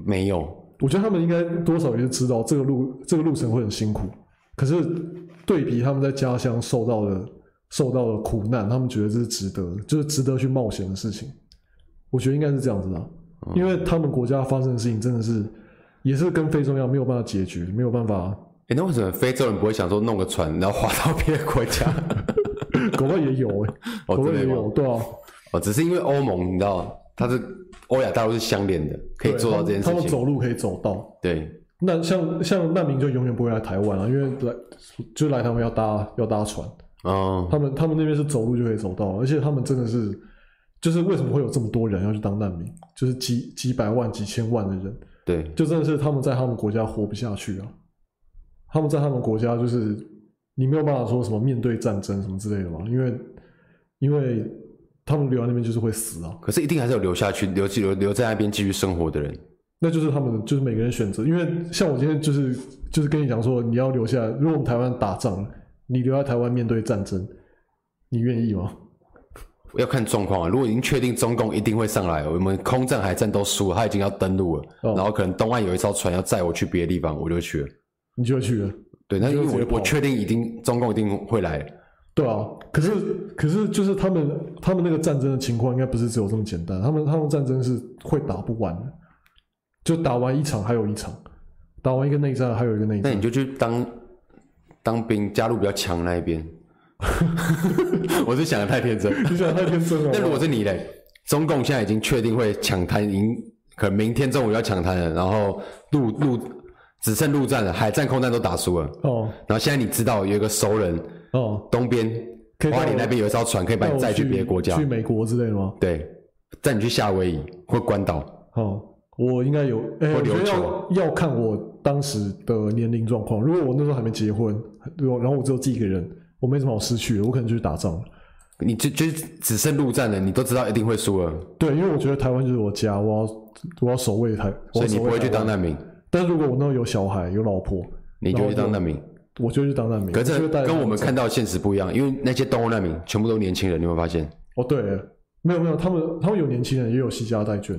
Speaker 1: 没有。
Speaker 2: 我觉得他们应该多少也是知道这个路这个路程会很辛苦，可是对比他们在家乡受到的受到的苦难，他们觉得这是值得的，就是值得去冒险的事情。我觉得应该是这样子的啊、因为他们国家发生的事情真的是也是跟非洲一样没有办法解决，没有办法，
Speaker 1: 哎，那为什么非洲人不会想说弄个船，然后划到别的国家？ [laughs]
Speaker 2: 搞不好也有哎、
Speaker 1: 哦
Speaker 2: 搞不好
Speaker 1: 真的
Speaker 2: 也
Speaker 1: 吗
Speaker 2: 有，对啊，
Speaker 1: 哦，只是因为欧盟，你知道，它是欧亚大陆是相连的，可以
Speaker 2: 对
Speaker 1: 做到
Speaker 2: 他
Speaker 1: 这
Speaker 2: 们
Speaker 1: 件
Speaker 2: 他
Speaker 1: 事
Speaker 2: 们
Speaker 1: 情。
Speaker 2: 走路可以走到，
Speaker 1: 对，
Speaker 2: 那像像难民就永远不会来台湾啊，因为来就来他们要搭要搭船，
Speaker 1: 哦，
Speaker 2: 他们他们那边是走路就可以走到，而且他们真的是，就是为什么会有这么多人要去当难民，就是几几百万几千万的人，
Speaker 1: 对，
Speaker 2: 就真的是他们在他们国家活不下去啊，他们在他们国家就是你没有办法说什么面对战争什么之类的嘛，因为因为他们留在那边就是会死啊，
Speaker 1: 可是一定还是有留下去、留留留在那边继续生活的人。
Speaker 2: 那就是他们的就是每个人选择，因为像我今天就是就是跟你讲说，你要留下来，如果我们台湾打仗了，你留在台湾面对战争，你愿意吗？
Speaker 1: 要看状况啊。如果已经确定中共一定会上来，我们空战、海战都输了，他已经要登陆了，
Speaker 2: 哦
Speaker 1: 然后可能东岸有一艘船要载我去别的地方，我就去了。
Speaker 2: 你就去了，
Speaker 1: 对，那因
Speaker 2: 就直接
Speaker 1: 为
Speaker 2: 跑
Speaker 1: 我我确定一定中共一定会来，
Speaker 2: 对啊。可是可是就是他们他们那个战争的情况，应该不是只有这么简单，他们他们战争是会打不完的，就打完一场还有一场，打完一个内战还有一个内
Speaker 1: 那
Speaker 2: 战，
Speaker 1: 你就去当当兵，加入比较强那一边。 [laughs] 我是想的太天真。
Speaker 2: 你想太天真
Speaker 1: [laughs]
Speaker 2: 了
Speaker 1: 那如
Speaker 2: 吧。
Speaker 1: 果是你嘞，中共现在已经确定会抢滩，赢，可能明天中午要抢滩了，然后陆陆只剩陆战了，海战、空战都打输了，
Speaker 2: 哦
Speaker 1: 然后现在你知道有一个熟人
Speaker 2: 哦，
Speaker 1: 东边
Speaker 2: 可以带
Speaker 1: 花
Speaker 2: 我
Speaker 1: 莲那边有一艘船可以把
Speaker 2: 那
Speaker 1: 你
Speaker 2: 我
Speaker 1: 载去别的国家
Speaker 2: 去，美国之类的吗？
Speaker 1: 对，载你去夏威夷或关岛，
Speaker 2: 哦，我应该有，哎、
Speaker 1: 或
Speaker 2: 我觉
Speaker 1: 琉
Speaker 2: 得
Speaker 1: 球
Speaker 2: 要要看我当时的年龄状况。如果我那时候还没结婚，如果然后我只有自己一个人，我没什么好失去的，我可能就去打仗了。
Speaker 1: 你就就只剩陆战了，你都知道一定会输了，
Speaker 2: 对，因为我觉得台湾就是我家，我要我要守卫台，
Speaker 1: 所
Speaker 2: 我要
Speaker 1: 以你
Speaker 2: 守
Speaker 1: 不会
Speaker 2: 卫
Speaker 1: 去
Speaker 2: 台
Speaker 1: 当。
Speaker 2: 湾
Speaker 1: 难民，
Speaker 2: 但是如果我那时候有小孩有老婆，
Speaker 1: 你就去当难民。
Speaker 2: 我就去当难民。
Speaker 1: 可
Speaker 2: 我
Speaker 1: 是
Speaker 2: 就带着
Speaker 1: 跟我们
Speaker 2: 他
Speaker 1: 看到的现实不一样，因为那些东欧难民全部都是年轻人，你有没有发现？
Speaker 2: 走哦，对，没有没有，他们他们有年轻人，也有惜家带眷。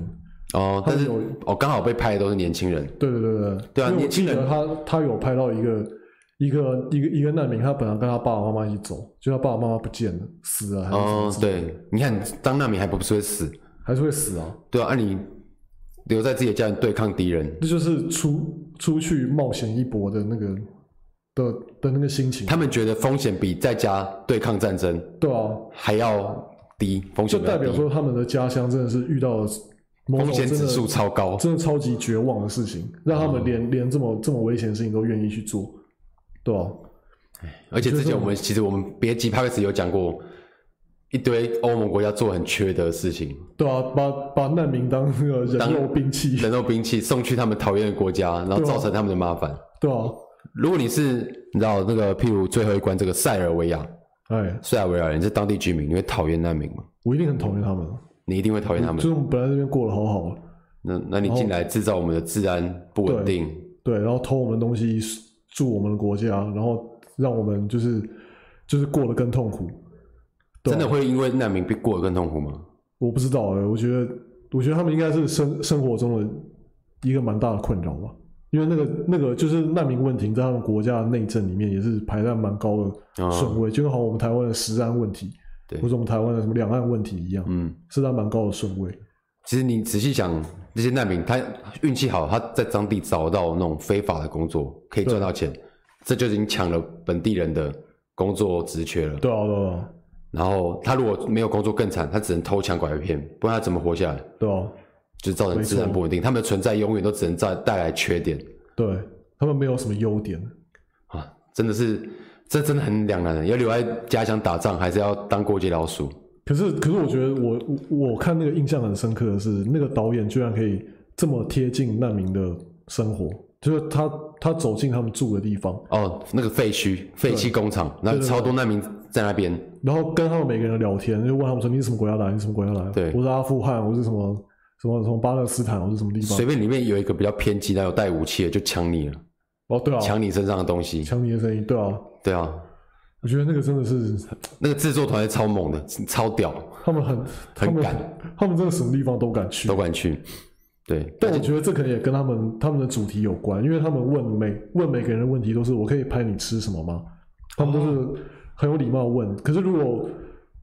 Speaker 1: 哦，但是
Speaker 2: 他们
Speaker 1: 哦，刚好被拍的都是年轻人，
Speaker 2: 对对对对，
Speaker 1: 对啊
Speaker 2: 因为我
Speaker 1: 年轻
Speaker 2: 记
Speaker 1: 人
Speaker 2: 得他他有拍到一个一个一个一个难民，他本来跟他爸爸妈妈一起走，就他爸爸妈妈不见了，死了还是什么
Speaker 1: 哦，对，你看当难民还不是会死，
Speaker 2: 还是会死啊。
Speaker 1: 对啊，啊你留在自己的家人对抗敌人，
Speaker 2: 这就是出出去冒险一搏的那个的的那个心情，
Speaker 1: 他们觉得风险比在家对抗战争
Speaker 2: 对啊，
Speaker 1: 还要低，风
Speaker 2: 就
Speaker 1: 险比较
Speaker 2: 代表
Speaker 1: 低，
Speaker 2: 说他们的家乡真的是遇到了某种
Speaker 1: 风险
Speaker 2: 真
Speaker 1: 指数
Speaker 2: 的
Speaker 1: 超高。
Speaker 2: 真的超级绝望的事情，让他们
Speaker 1: 嗯
Speaker 2: 连连这么这么危险的事情都愿意去做，对啊，
Speaker 1: 而且之前我们其实我们别集 p a c 有讲过一堆欧盟国家做很缺德的事
Speaker 2: [laughs]
Speaker 1: 情，
Speaker 2: 对啊，把把难民当那个人
Speaker 1: 当
Speaker 2: 肉兵器，
Speaker 1: 人肉兵器送去他们讨厌的国家，然后
Speaker 2: 对啊
Speaker 1: 造成他们的麻烦。
Speaker 2: 对啊，
Speaker 1: 如果你是你知道那个，譬如最后一关这个塞尔维亚，
Speaker 2: 哎，
Speaker 1: 塞尔维亚人你是当地居民，你会讨厌难民吗？
Speaker 2: 我一定很讨厌他们，
Speaker 1: 你一定会讨厌他
Speaker 2: 就
Speaker 1: 们。
Speaker 2: 是我们本来这边过得好好的，
Speaker 1: 那那你进来制造我们的治安不稳定，
Speaker 2: 对，然后偷我们的东西，住我们的国家，然后让我们就是就是过得更痛苦，对啊
Speaker 1: 真的会因为难民被过得更痛苦吗？
Speaker 2: 我不知道哎、我觉得，我觉得他们应该是生生活中的一个蛮大的困扰吧，因为那个那个就是难民问题，在他们国家的内政里面也是排在蛮高
Speaker 1: 哦
Speaker 2: 的顺位，就跟好我们台湾的食安问题，
Speaker 1: 对
Speaker 2: 或者我们台湾的什么两岸问题一样，
Speaker 1: 嗯，
Speaker 2: 是在蛮高的顺位。
Speaker 1: 其实你仔细想，这些难民他运气好，他在当地找到那种非法的工作，可以赚到钱，这就已经抢了本地人的工作职缺了。
Speaker 2: 对啊，对啊，
Speaker 1: 然后他如果没有工作更惨，他只能偷抢拐骗，不然他怎么活下来？
Speaker 2: 对啊，
Speaker 1: 就是造成
Speaker 2: 没错
Speaker 1: 治安不稳定，他们的存在永远都只能带带来缺点
Speaker 2: 对他们没有什么优点，
Speaker 1: 啊！真的是，这真的很两难的，要留在家乡打仗，还是要当过街老鼠？
Speaker 2: 可是，可是我觉得我我我看那个印象很深刻的是，那个导演居然可以这么贴近难民的生活，就是他他走进他们住的地方，
Speaker 1: 哦，那个废墟、废弃工厂，然后超多难民在那边，
Speaker 2: 然后跟他们每个人聊天，就问他们说你是什么国家来，你是什么国家来，
Speaker 1: 对
Speaker 2: 我是阿富汗，我是什么什么什么巴勒斯坦，我是什么地方
Speaker 1: 随，便里面有一个比较偏激的有带武器的就抢你了，
Speaker 2: 哦，对啊，
Speaker 1: 抢你身上的东西。
Speaker 2: 抢你的声音，对啊，
Speaker 1: 对啊，
Speaker 2: 我觉得那个真的是
Speaker 1: 那个制作团队超猛的，超屌，
Speaker 2: 他们很他们
Speaker 1: 敢，
Speaker 2: 他们真的什么地方都敢去
Speaker 1: 都。敢去。对，
Speaker 2: 但我觉得这可能也跟他们他们的主题有关，因为他们问每问每个人的问题都是我可以拍你吃什么吗？他们都是很有礼貌地问。可是如果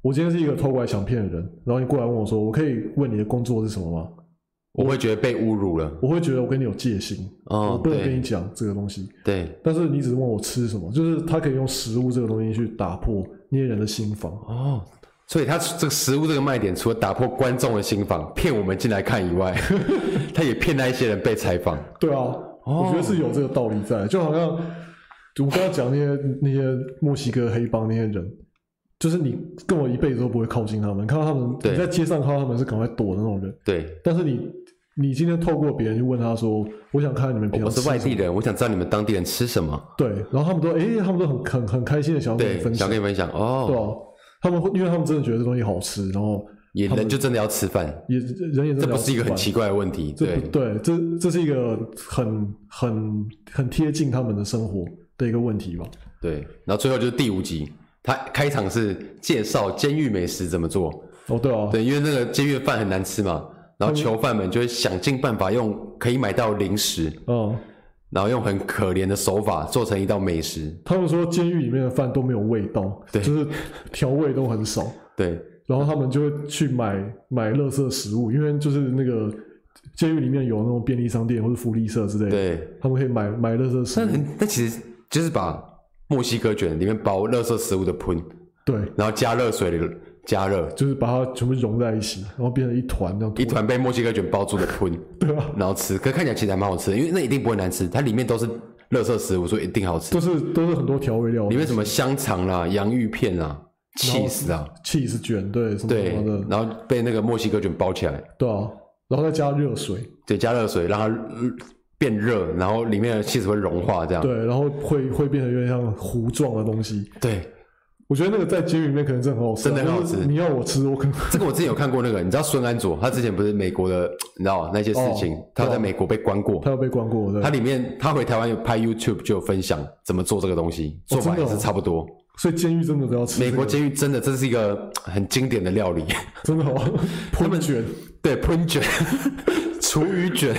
Speaker 2: 我今天是一个偷拐抢骗的人，然后你过来问我说我可以问你的工作是什么吗？
Speaker 1: 我会觉得被侮辱了。
Speaker 2: 我会觉得我跟你有戒心，我
Speaker 1: 哦，
Speaker 2: 不能跟
Speaker 1: 对
Speaker 2: 你讲这个东西。
Speaker 1: 对，
Speaker 2: 但是你只是问我吃什么，就是他可以用食物这个东西去打破捏人的心房。
Speaker 1: 哦，所以他这个食物这个卖点，除了打破观众的心房，骗我们进来看以外， [laughs] 他也骗那一些人被采访。
Speaker 2: 对啊，
Speaker 1: 哦
Speaker 2: 我觉得是有这个道理在，就好像就我刚刚讲那些那些墨西哥黑帮那些人，就是你跟我一辈子都不会靠近他们，看到他们
Speaker 1: 对
Speaker 2: 你在街上看到他们是赶快躲的那种人，
Speaker 1: 对，
Speaker 2: 但是你你今天透过别人去问他说，我想看你们平
Speaker 1: 我
Speaker 2: 常吃
Speaker 1: 是
Speaker 2: 什么
Speaker 1: 外地人，我想知道你们当地人吃什么。
Speaker 2: 对，然后他们都哎、他们都很很很开心的想要跟你
Speaker 1: 对，
Speaker 2: 分
Speaker 1: 想
Speaker 2: 享，
Speaker 1: 跟你分享
Speaker 2: 对
Speaker 1: 哦，
Speaker 2: 啊，他们会因为他们真的觉得这东西好吃，然后
Speaker 1: 也人就真的要吃饭，
Speaker 2: 也人也真的
Speaker 1: 这不
Speaker 2: 聊
Speaker 1: 是一个
Speaker 2: 得
Speaker 1: 很
Speaker 2: 出来
Speaker 1: 奇怪的问题。
Speaker 2: 这不
Speaker 1: 对，
Speaker 2: 对，这这是一个很很很贴近他们的生活的一个问题吧。
Speaker 1: 对，然后最后就是第五集，他开场是介绍监狱美食怎么做。
Speaker 2: 哦，对啊，
Speaker 1: 对，因为那个监狱饭很难吃嘛，然后囚犯们就会想尽办法用可以买到零食，
Speaker 2: 嗯，
Speaker 1: 然后用很可怜的手法做成一道美食。
Speaker 2: 他们说监狱里面的饭都没有味道，
Speaker 1: 对
Speaker 2: 就是调味都很少，
Speaker 1: 对，
Speaker 2: 然后他们就会去买买垃圾食物，因为就是那个监狱里面有那种便利商店或者福利社之类的，
Speaker 1: 对，
Speaker 2: 他们可以买买垃圾食
Speaker 1: 那
Speaker 2: 物，
Speaker 1: 很那其实就是把墨西哥卷里面包垃圾食物的喷，
Speaker 2: 对，
Speaker 1: 然后加热水里加热，
Speaker 2: 就是把它全部融在一起，然后变成一团这样，
Speaker 1: 一团被墨西哥卷包住的喷，
Speaker 2: [laughs] 对啊，
Speaker 1: 然后吃。可看起来其实还蛮好吃的，因为那一定不会难吃，它里面都是垃圾食物，所以一定好吃。
Speaker 2: 都是都是很多调味料，
Speaker 1: 里面什么香肠啦、洋芋片啊、cheese 啊，
Speaker 2: cheese 卷，对，什么
Speaker 1: 对
Speaker 2: 什么的，，
Speaker 1: 然后被那个墨西哥卷包起来。
Speaker 2: 对啊，然后再加热水，
Speaker 1: 对，加热水让它呃变热，然后里面的气 h 会融化，这样。
Speaker 2: 对，然后会会变得有点像糊状的东西。
Speaker 1: 对
Speaker 2: 我觉得那个在监狱里面可能真的很好吃啊，
Speaker 1: 真的很好吃
Speaker 2: 就是你要我吃，我可能 [laughs]
Speaker 1: 这个我之前有看过那个，你知道孙安佐，他之前不是美国的，你知道那些事情，
Speaker 2: 哦
Speaker 1: 他有在美国被关过
Speaker 2: 他，要被关过
Speaker 1: 他
Speaker 2: 的。
Speaker 1: 里面他回台湾有拍 YouTube 就有分享怎么做这个东西，做法
Speaker 2: 真的
Speaker 1: 也
Speaker 2: 哦
Speaker 1: 是差不多。
Speaker 2: 所以监狱真的都要吃、
Speaker 1: 美国监狱真的这是一个呃很经典的料理， [laughs]
Speaker 2: 真的好，喷卷
Speaker 1: 对，喷卷、 [laughs] 厨余卷。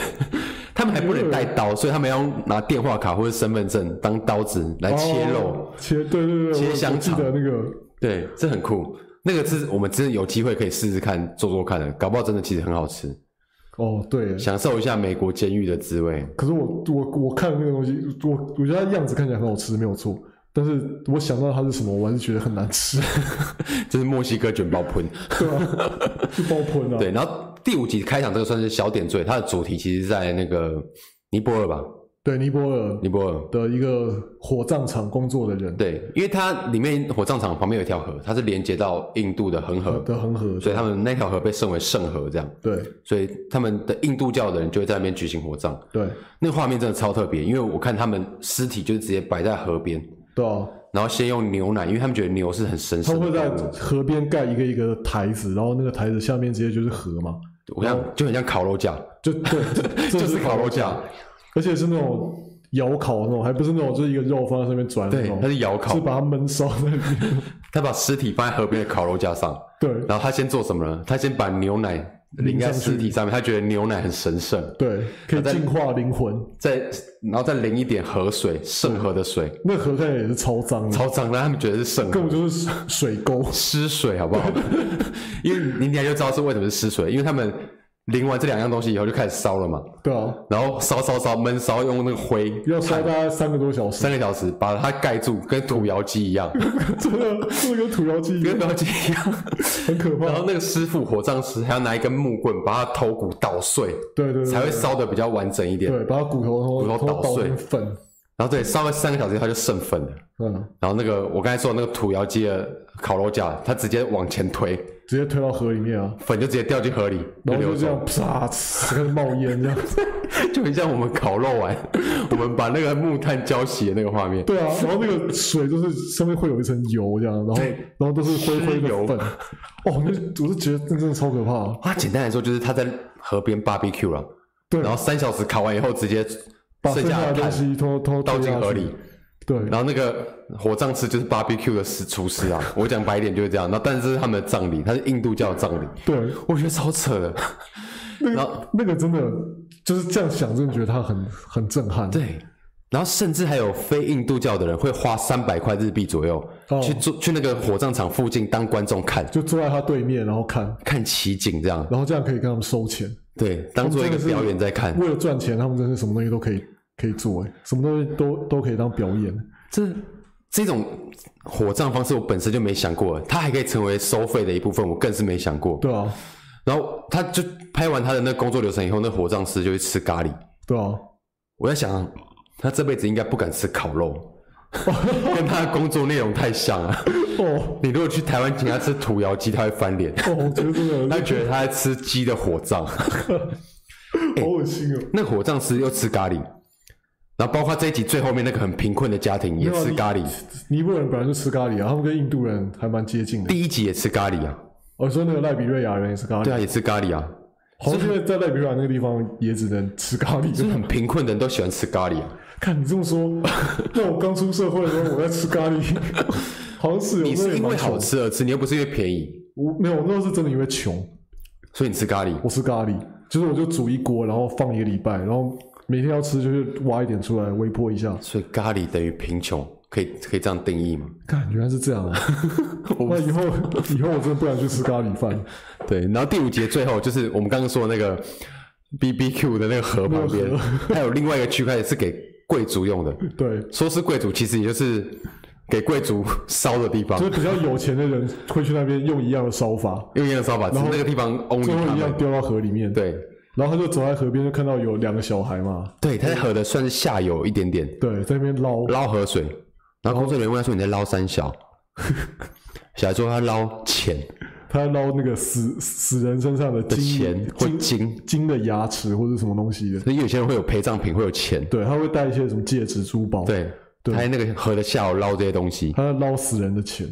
Speaker 1: 他们还不能带刀，所以他们要拿电话卡或者身份证当刀子来切肉。
Speaker 2: 哦切对对对，
Speaker 1: 切
Speaker 2: 我
Speaker 1: 香
Speaker 2: 我记
Speaker 1: 肠
Speaker 2: 得那个
Speaker 1: 对，这很酷。那个是我们真的有机会可以试试看做做看的，搞不好真的其实很好吃，
Speaker 2: 哦对。
Speaker 1: 享受一下美国监狱的滋味。
Speaker 2: 可是我我我看那个东西，我我觉得它样子看起来很好吃，没有错。但是我想到它是什么，我还是觉得很难吃， [laughs]
Speaker 1: [laughs] 这是墨西哥卷包喷，
Speaker 2: 对啊，就爆喷啊。
Speaker 1: 对。然后第五集开场这个算是小点缀，它的主题其实在那个尼泊尔吧，
Speaker 2: 对，尼泊尔
Speaker 1: 尼泊尔。
Speaker 2: 的一个火葬场工作的人
Speaker 1: 对，因为它里面火葬场旁边有一条河，它是连接到印度的恒河，
Speaker 2: 的恒河，
Speaker 1: 所以他们那条河被称为圣河，这样，
Speaker 2: 对
Speaker 1: 所以他们的印度教的人就会在那边举行火葬。
Speaker 2: 对
Speaker 1: 那个画面真的超特别，因为我看他们尸体就是直接摆在河边，
Speaker 2: 对啊，
Speaker 1: 然后先用牛奶，因为他们觉得牛是很神
Speaker 2: 他
Speaker 1: 圣
Speaker 2: 们会
Speaker 1: 的。
Speaker 2: 在河边盖一个一个台子，然后那个台子下面直接就是河嘛，
Speaker 1: 我想就很像烤肉架， [laughs]
Speaker 2: 就对，这
Speaker 1: 哦就是烤肉架，
Speaker 2: 而且是那种窑烤的那种，还不是那种就是一个肉放在上面转的那
Speaker 1: 对，它
Speaker 2: 种，
Speaker 1: 是窑烤
Speaker 2: 是，把它焖烧在里面。
Speaker 1: 他把尸体放在河边的烤肉架上，
Speaker 2: 对 [laughs]
Speaker 1: 然后他先做什么呢？他先把牛奶淋在尸体上面，他觉得牛奶很神圣，
Speaker 2: 对，可以净化灵魂。
Speaker 1: 再然后再淋一点河水，圣河的水，
Speaker 2: 那河看起来也是超脏的，
Speaker 1: 超脏的，他们觉得是圣
Speaker 2: 根
Speaker 1: 河
Speaker 2: 本就是水沟。
Speaker 1: 湿水，好不好？ [laughs] 因为你等一下就知道是为什么是湿水，因为他们淋完这两样东西以后就开始烧了嘛，
Speaker 2: 对啊，
Speaker 1: 然后烧烧烧闷烧，用那个灰
Speaker 2: 要烧大概三个多
Speaker 1: [laughs]
Speaker 2: 小时，
Speaker 1: 三个小时把它盖住，跟土窑鸡一 [laughs] 样，
Speaker 2: 真的，这跟土窑鸡一样
Speaker 1: 跟土窑鸡一样。
Speaker 2: 很可
Speaker 1: 然
Speaker 2: 怕。
Speaker 1: 后那个师傅火葬师还要拿一根木棍把他头骨捣碎，
Speaker 2: 对对
Speaker 1: 才
Speaker 2: 对
Speaker 1: 会烧的比较完整一点。
Speaker 2: 对，把它骨头
Speaker 1: 骨头
Speaker 2: 头
Speaker 1: 捣
Speaker 2: 捣
Speaker 1: 碎
Speaker 2: 成粉。
Speaker 1: 然后对，烧了三个小时他就剩粉了。
Speaker 2: 嗯，
Speaker 1: 然后那个我刚才说的那个土窑鸡的烤肉架，他直接往前推，
Speaker 2: 直接推到河里面啊，
Speaker 1: 粉就直接掉进河里，
Speaker 2: 然后
Speaker 1: 流
Speaker 2: 就这
Speaker 1: 走，
Speaker 2: 样啪，呲开始冒
Speaker 1: [laughs]
Speaker 2: 烟这样。
Speaker 1: 就很像我们烤肉完，我们把那个木炭浇熄的那个画面。
Speaker 2: 对啊，然后那个水就是上面会有一层油这样，然后
Speaker 1: 对
Speaker 2: 然后都是灰灰
Speaker 1: 尸
Speaker 2: 的
Speaker 1: 油
Speaker 2: 粉。哦，那我是觉得那真的超可怕。
Speaker 1: 啊，简单来说就是他在河边 barbecue 了，
Speaker 2: 对
Speaker 1: 然后三小时烤完以后直接
Speaker 2: 把
Speaker 1: 剩
Speaker 2: 剩
Speaker 1: 下
Speaker 2: 下
Speaker 1: 的
Speaker 2: 的东
Speaker 1: 碳
Speaker 2: 西偷偷
Speaker 1: 倒
Speaker 2: 丢
Speaker 1: 进
Speaker 2: 下
Speaker 1: 河
Speaker 2: 去
Speaker 1: 里。
Speaker 2: 对，
Speaker 1: 然后那个火葬师就是 barbecue 的师厨师啊，我讲白一点就是这样。然后但是这是他们的葬礼，他是印度教的葬礼，
Speaker 2: 对，
Speaker 1: 我觉得超扯的。
Speaker 2: 那
Speaker 1: 然后
Speaker 2: 个那个真的就是这样想，真的觉得他很很震撼。
Speaker 1: 对，然后甚至还有非印度教的人会花三百块日币左右、
Speaker 2: 哦
Speaker 1: 去做去那个火葬场附近当观众看
Speaker 2: 就坐在他对面，然后看，
Speaker 1: 看奇景这样，
Speaker 2: 然后这样可以跟他们收钱。
Speaker 1: 对，当做一个
Speaker 2: 他们真的是
Speaker 1: 表演在看。
Speaker 2: 为了赚钱，他们真是什么东西都可以可以做，哎，什么东西都都可以当表演。
Speaker 1: 这这种火葬方式我本身就没想过，它还可以成为收费的一部分，我更是没想过。
Speaker 2: 对啊，
Speaker 1: 然后他就拍完他的那工作流程以后，那火葬师就去吃咖喱。
Speaker 2: 对啊，
Speaker 1: 我在想，他这辈子应该不敢吃烤肉，跟他的工作内容太像了。
Speaker 2: 哦
Speaker 1: 你如果去台湾请他吃土窑鸡，他会翻脸，
Speaker 2: 哦，我觉得真
Speaker 1: 他
Speaker 2: 的
Speaker 1: 觉得他在吃鸡的火葬。 [laughs] 哎
Speaker 2: 好恶心哦。
Speaker 1: 那火葬师又吃咖喱，然后包括这一集最后面那个很贫困的家庭也
Speaker 2: 没有啊
Speaker 1: 吃咖喱，
Speaker 2: 尼泊尔人本来就吃咖喱啊，他们跟印度人还蛮接近的。
Speaker 1: 第一集也吃咖喱啊，
Speaker 2: 我说那个赖比瑞亚人也是咖
Speaker 1: 对
Speaker 2: 喱，
Speaker 1: 啊，也吃咖喱啊，
Speaker 2: 好像现在在赖比瑞亚那个地方也只能吃咖喱。
Speaker 1: 就是很贫困的人都喜欢吃咖喱啊。
Speaker 2: [laughs] 看你这么说，那我刚出社会的时候我在吃咖喱， [laughs] 好像是有
Speaker 1: 你
Speaker 2: 那
Speaker 1: 是
Speaker 2: 也
Speaker 1: 因为
Speaker 2: 蛮
Speaker 1: 好
Speaker 2: 穷。
Speaker 1: 吃而吃，你又不是因为便宜，
Speaker 2: 我没有，我那时候是真的因为穷，
Speaker 1: 所以你吃咖喱。
Speaker 2: 我吃咖喱，就是我就煮一锅，然后放一个礼拜，然后每天要吃就是挖一点出来微波一下。
Speaker 1: 所以咖喱等于贫穷，可以可以这样定义吗？
Speaker 2: 看，原来是这样
Speaker 1: [laughs]
Speaker 2: 啊！那以后 [laughs] 以后我真的不敢去吃咖喱饭，
Speaker 1: 对，然后第五节最后就是我们刚刚说的那个 B B Q 的那个河旁边，还有另外一个区块是给贵族用的。
Speaker 2: 对，
Speaker 1: 说是贵族，其实也就是给贵族 [laughs] 烧的地方
Speaker 2: 就，是比较有钱的人会去那边用一样的烧法，
Speaker 1: 用一样的烧法，只是那个地方 only
Speaker 2: 最后
Speaker 1: 他
Speaker 2: 一
Speaker 1: 们
Speaker 2: 样。丢到河里面。，
Speaker 1: 对
Speaker 2: 然后他就走在河边，就看到有两个小孩嘛，
Speaker 1: 对，它在河的算是下游一点点，
Speaker 2: 对，在那边捞，
Speaker 1: 捞河水。然
Speaker 2: 嗯
Speaker 1: 后工作人员问他说：“你在捞三小？” [laughs] 小孩说：“他捞钱
Speaker 2: 他在捞那个死死人身上的
Speaker 1: 的
Speaker 2: 金
Speaker 1: 钱或
Speaker 2: 金
Speaker 1: 金，
Speaker 2: 金的牙齿或者什么东西的，
Speaker 1: 所以有些人会有陪葬品，会有钱。
Speaker 2: 对，他会带一些什么戒指、珠宝，，
Speaker 1: 对，
Speaker 2: 对
Speaker 1: 他在那个河的下游捞这些东西。
Speaker 2: 他在捞死人的钱，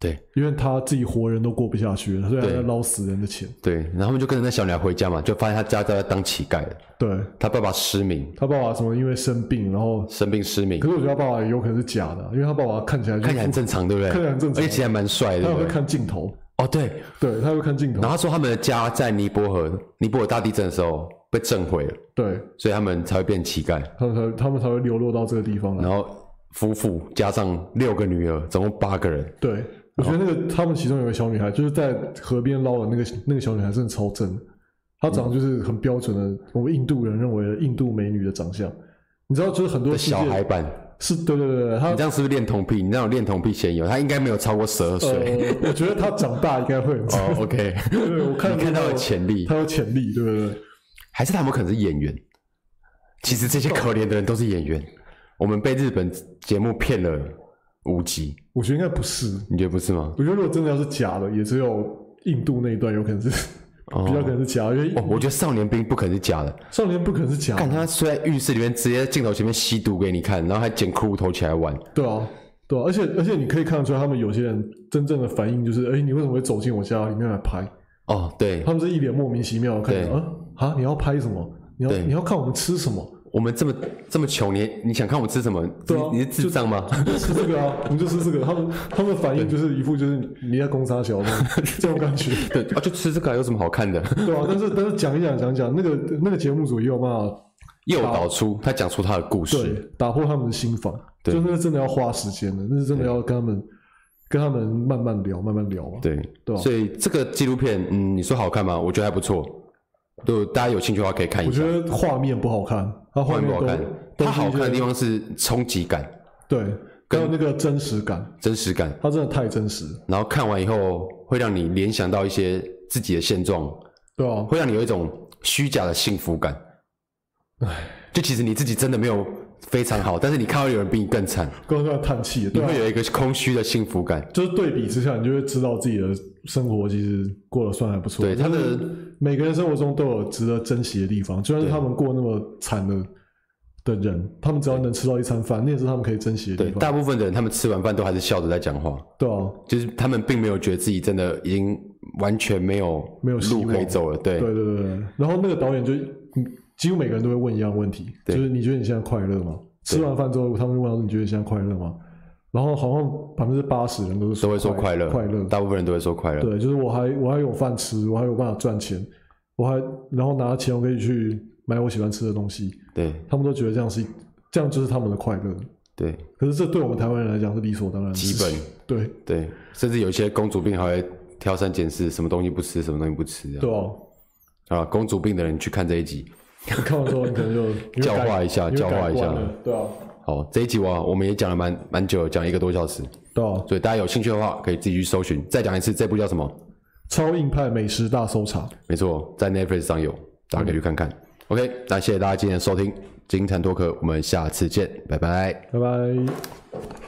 Speaker 1: 对
Speaker 2: 因为他自己活人都过不下去了，所以他
Speaker 1: 对
Speaker 2: 在捞死人的钱。
Speaker 1: 对，然后他们就跟着那小女孩回家嘛，就发现她家都在当乞丐了。
Speaker 2: 对
Speaker 1: 她爸爸失明，
Speaker 2: 他爸爸什么因为生病，然后
Speaker 1: 生病失明
Speaker 2: 可，是我觉得他爸爸有可能是假的，啊因为他爸爸看起来就
Speaker 1: 看起来很正常，对不对？
Speaker 2: 看起来啊很正常啊
Speaker 1: 而且其实还蛮帅的，
Speaker 2: 他
Speaker 1: 对
Speaker 2: 也
Speaker 1: 不
Speaker 2: 会
Speaker 1: 对？
Speaker 2: 看镜头，
Speaker 1: 哦，对。
Speaker 2: 对，他会看镜头
Speaker 1: 然，后他说他们的家在尼泊尔，尼泊尔大地震的时候被震毁了，
Speaker 2: 对，
Speaker 1: 所以他们才会变乞丐。
Speaker 2: 他们才他们才会流落到这个地方来。
Speaker 1: 然后夫妇加上六个女儿，总共八个人。
Speaker 2: 对，我觉得那个他们其中有个小女孩，就是在河边捞的那个那个小女孩，真的超正的。她
Speaker 1: 嗯
Speaker 2: 长得就是很标准的，我们印度人认为的印度美女的长相。你知道，就是很多世界
Speaker 1: 小孩版，
Speaker 2: 是对对对对，她
Speaker 1: 你这样是不是恋童癖？你这样有恋童癖嫌疑哦，他应该没有超过十二岁。
Speaker 2: 呃，我觉得她长大应该会很正。
Speaker 1: [laughs] 哦，OK，
Speaker 2: 对，我看
Speaker 1: 你看
Speaker 2: 到
Speaker 1: 到了潜力
Speaker 2: 她有潜力，对不对？
Speaker 1: 还是他们可能是演员？其实这些可怜的人都是演员。我们被日本节目骗了五集，
Speaker 2: 我觉得应该不是，
Speaker 1: 你觉得不是吗？
Speaker 2: 我觉得如果真的要是假的，也只有印度那一段有可能是、
Speaker 1: 哦
Speaker 2: [laughs] 比较可能是假的，因
Speaker 1: 哦
Speaker 2: 为，
Speaker 1: 我觉得少年兵不可能是假的。
Speaker 2: 少年不可能是假
Speaker 1: 看
Speaker 2: 的，
Speaker 1: 他睡在浴室里面，直接镜头前面吸毒给你看，然后还捡骷髅头起来玩。
Speaker 2: 对啊。对、啊，而且而且你可以看得出来，他们有些人真正的反应就是：哎，你为什么会走进我家里面来拍？
Speaker 1: 哦，对，
Speaker 2: 他们是一脸莫名其妙地看
Speaker 1: 对
Speaker 2: 着啊啊！你要拍什么？你要
Speaker 1: 对
Speaker 2: 你要看我们吃什么？
Speaker 1: 我们这么这么穷，你你想看我们吃什么？
Speaker 2: 对啊
Speaker 1: 你你是智障吗？
Speaker 2: 就吃这
Speaker 1: [laughs]
Speaker 2: 个啊，我们就吃这个。他们他们的反应就是一副就是你在攻杀小的这种感觉，
Speaker 1: 对啊，就吃这个啊有什么好看的？[laughs]
Speaker 2: 对啊，但是但是讲一讲讲一讲，那个那个节目组也有办法
Speaker 1: 诱导出他讲出他的故事，
Speaker 2: 对打破他们的心防，
Speaker 1: 对
Speaker 2: 就是那真的要花时间的，那是真的要跟他们跟他们慢慢聊，慢慢聊嘛。
Speaker 1: 对
Speaker 2: 对啊
Speaker 1: 所以这个纪录片，嗯，你说好看吗？我觉得还不错。对，大家有兴趣的话可以看一
Speaker 2: 我
Speaker 1: 下
Speaker 2: 觉。得画面不好看，它画
Speaker 1: 画面
Speaker 2: 面
Speaker 1: 不好
Speaker 2: 都
Speaker 1: 看，
Speaker 2: 都
Speaker 1: 它
Speaker 2: 是
Speaker 1: 好
Speaker 2: 一些
Speaker 1: 看的地方是冲击感、
Speaker 2: 对，还有那个真实感，
Speaker 1: 真实感，
Speaker 2: 它真的太真实了，
Speaker 1: 然后看完以后会让你联想到一些自己的现状，
Speaker 2: 对啊，
Speaker 1: 会让你有一种虚假的幸福感。唉，就其实你自己真的没有非常好，但是你看到有人比你更惨，
Speaker 2: 刚刚在叹气，
Speaker 1: 你
Speaker 2: 对啊
Speaker 1: 会，有一个空虚的幸福感。
Speaker 2: 就是对比之下，你就会知道自己的生活其实过得算还不错。
Speaker 1: 对他的
Speaker 2: 就是每个人生活中都有值得珍惜的地方，就算是他们过那么惨的的人，他们只要能吃到一餐饭，那也是他们可以珍惜的
Speaker 1: 对
Speaker 2: 地，方。
Speaker 1: 大部分的人他们吃完饭都还是笑着在讲话，
Speaker 2: 对啊，
Speaker 1: 就是他们并没有觉得自己真的已经完全没有
Speaker 2: 没有希
Speaker 1: 路
Speaker 2: 望
Speaker 1: 可以走了。对
Speaker 2: 对对对对。然后那个导演就嗯几乎每个人都会问一样的问题，就
Speaker 1: 对
Speaker 2: 是你觉得你现在快乐吗？吃完饭之后，他们就问到你觉得你现在快乐吗？然后好像百分之八十人都是
Speaker 1: 都会说
Speaker 2: 快
Speaker 1: 快乐，
Speaker 2: 快乐，
Speaker 1: 大部分人都会说快乐。
Speaker 2: 对，就是我还我还有饭吃，我还有办法赚钱，我还然后拿钱我可以去买我喜欢吃的东西，
Speaker 1: 对
Speaker 2: 他们都觉得这样是这样就是他们的快乐。
Speaker 1: 对
Speaker 2: 可是这对我们台湾人来讲是理所当然的
Speaker 1: 基
Speaker 2: 事情，
Speaker 1: 本
Speaker 2: 对
Speaker 1: 对，甚至有一些公主病还会挑三拣四，什么东西不吃，什么东西不吃这样。
Speaker 2: 对啊，
Speaker 1: 啊，公主病的人去看这一集。
Speaker 2: 你看完之后你可
Speaker 1: [laughs]
Speaker 2: 能就
Speaker 1: 教化一下
Speaker 2: 你会改
Speaker 1: 教化一下
Speaker 2: 你会改观了对啊，
Speaker 1: 好，这一集我我们也讲了蛮蛮久了，讲了一个多小时，
Speaker 2: 对啊，
Speaker 1: 所以大家有兴趣的话可以自己去搜寻。再讲一次，这部叫什么？
Speaker 2: 超硬派美食大搜查，
Speaker 1: 没错，在 Netflix 上有，大家可以去看看。OK，那谢谢大家今天的收听《金蝉脱壳》，我们下次见，拜拜。
Speaker 2: 拜拜。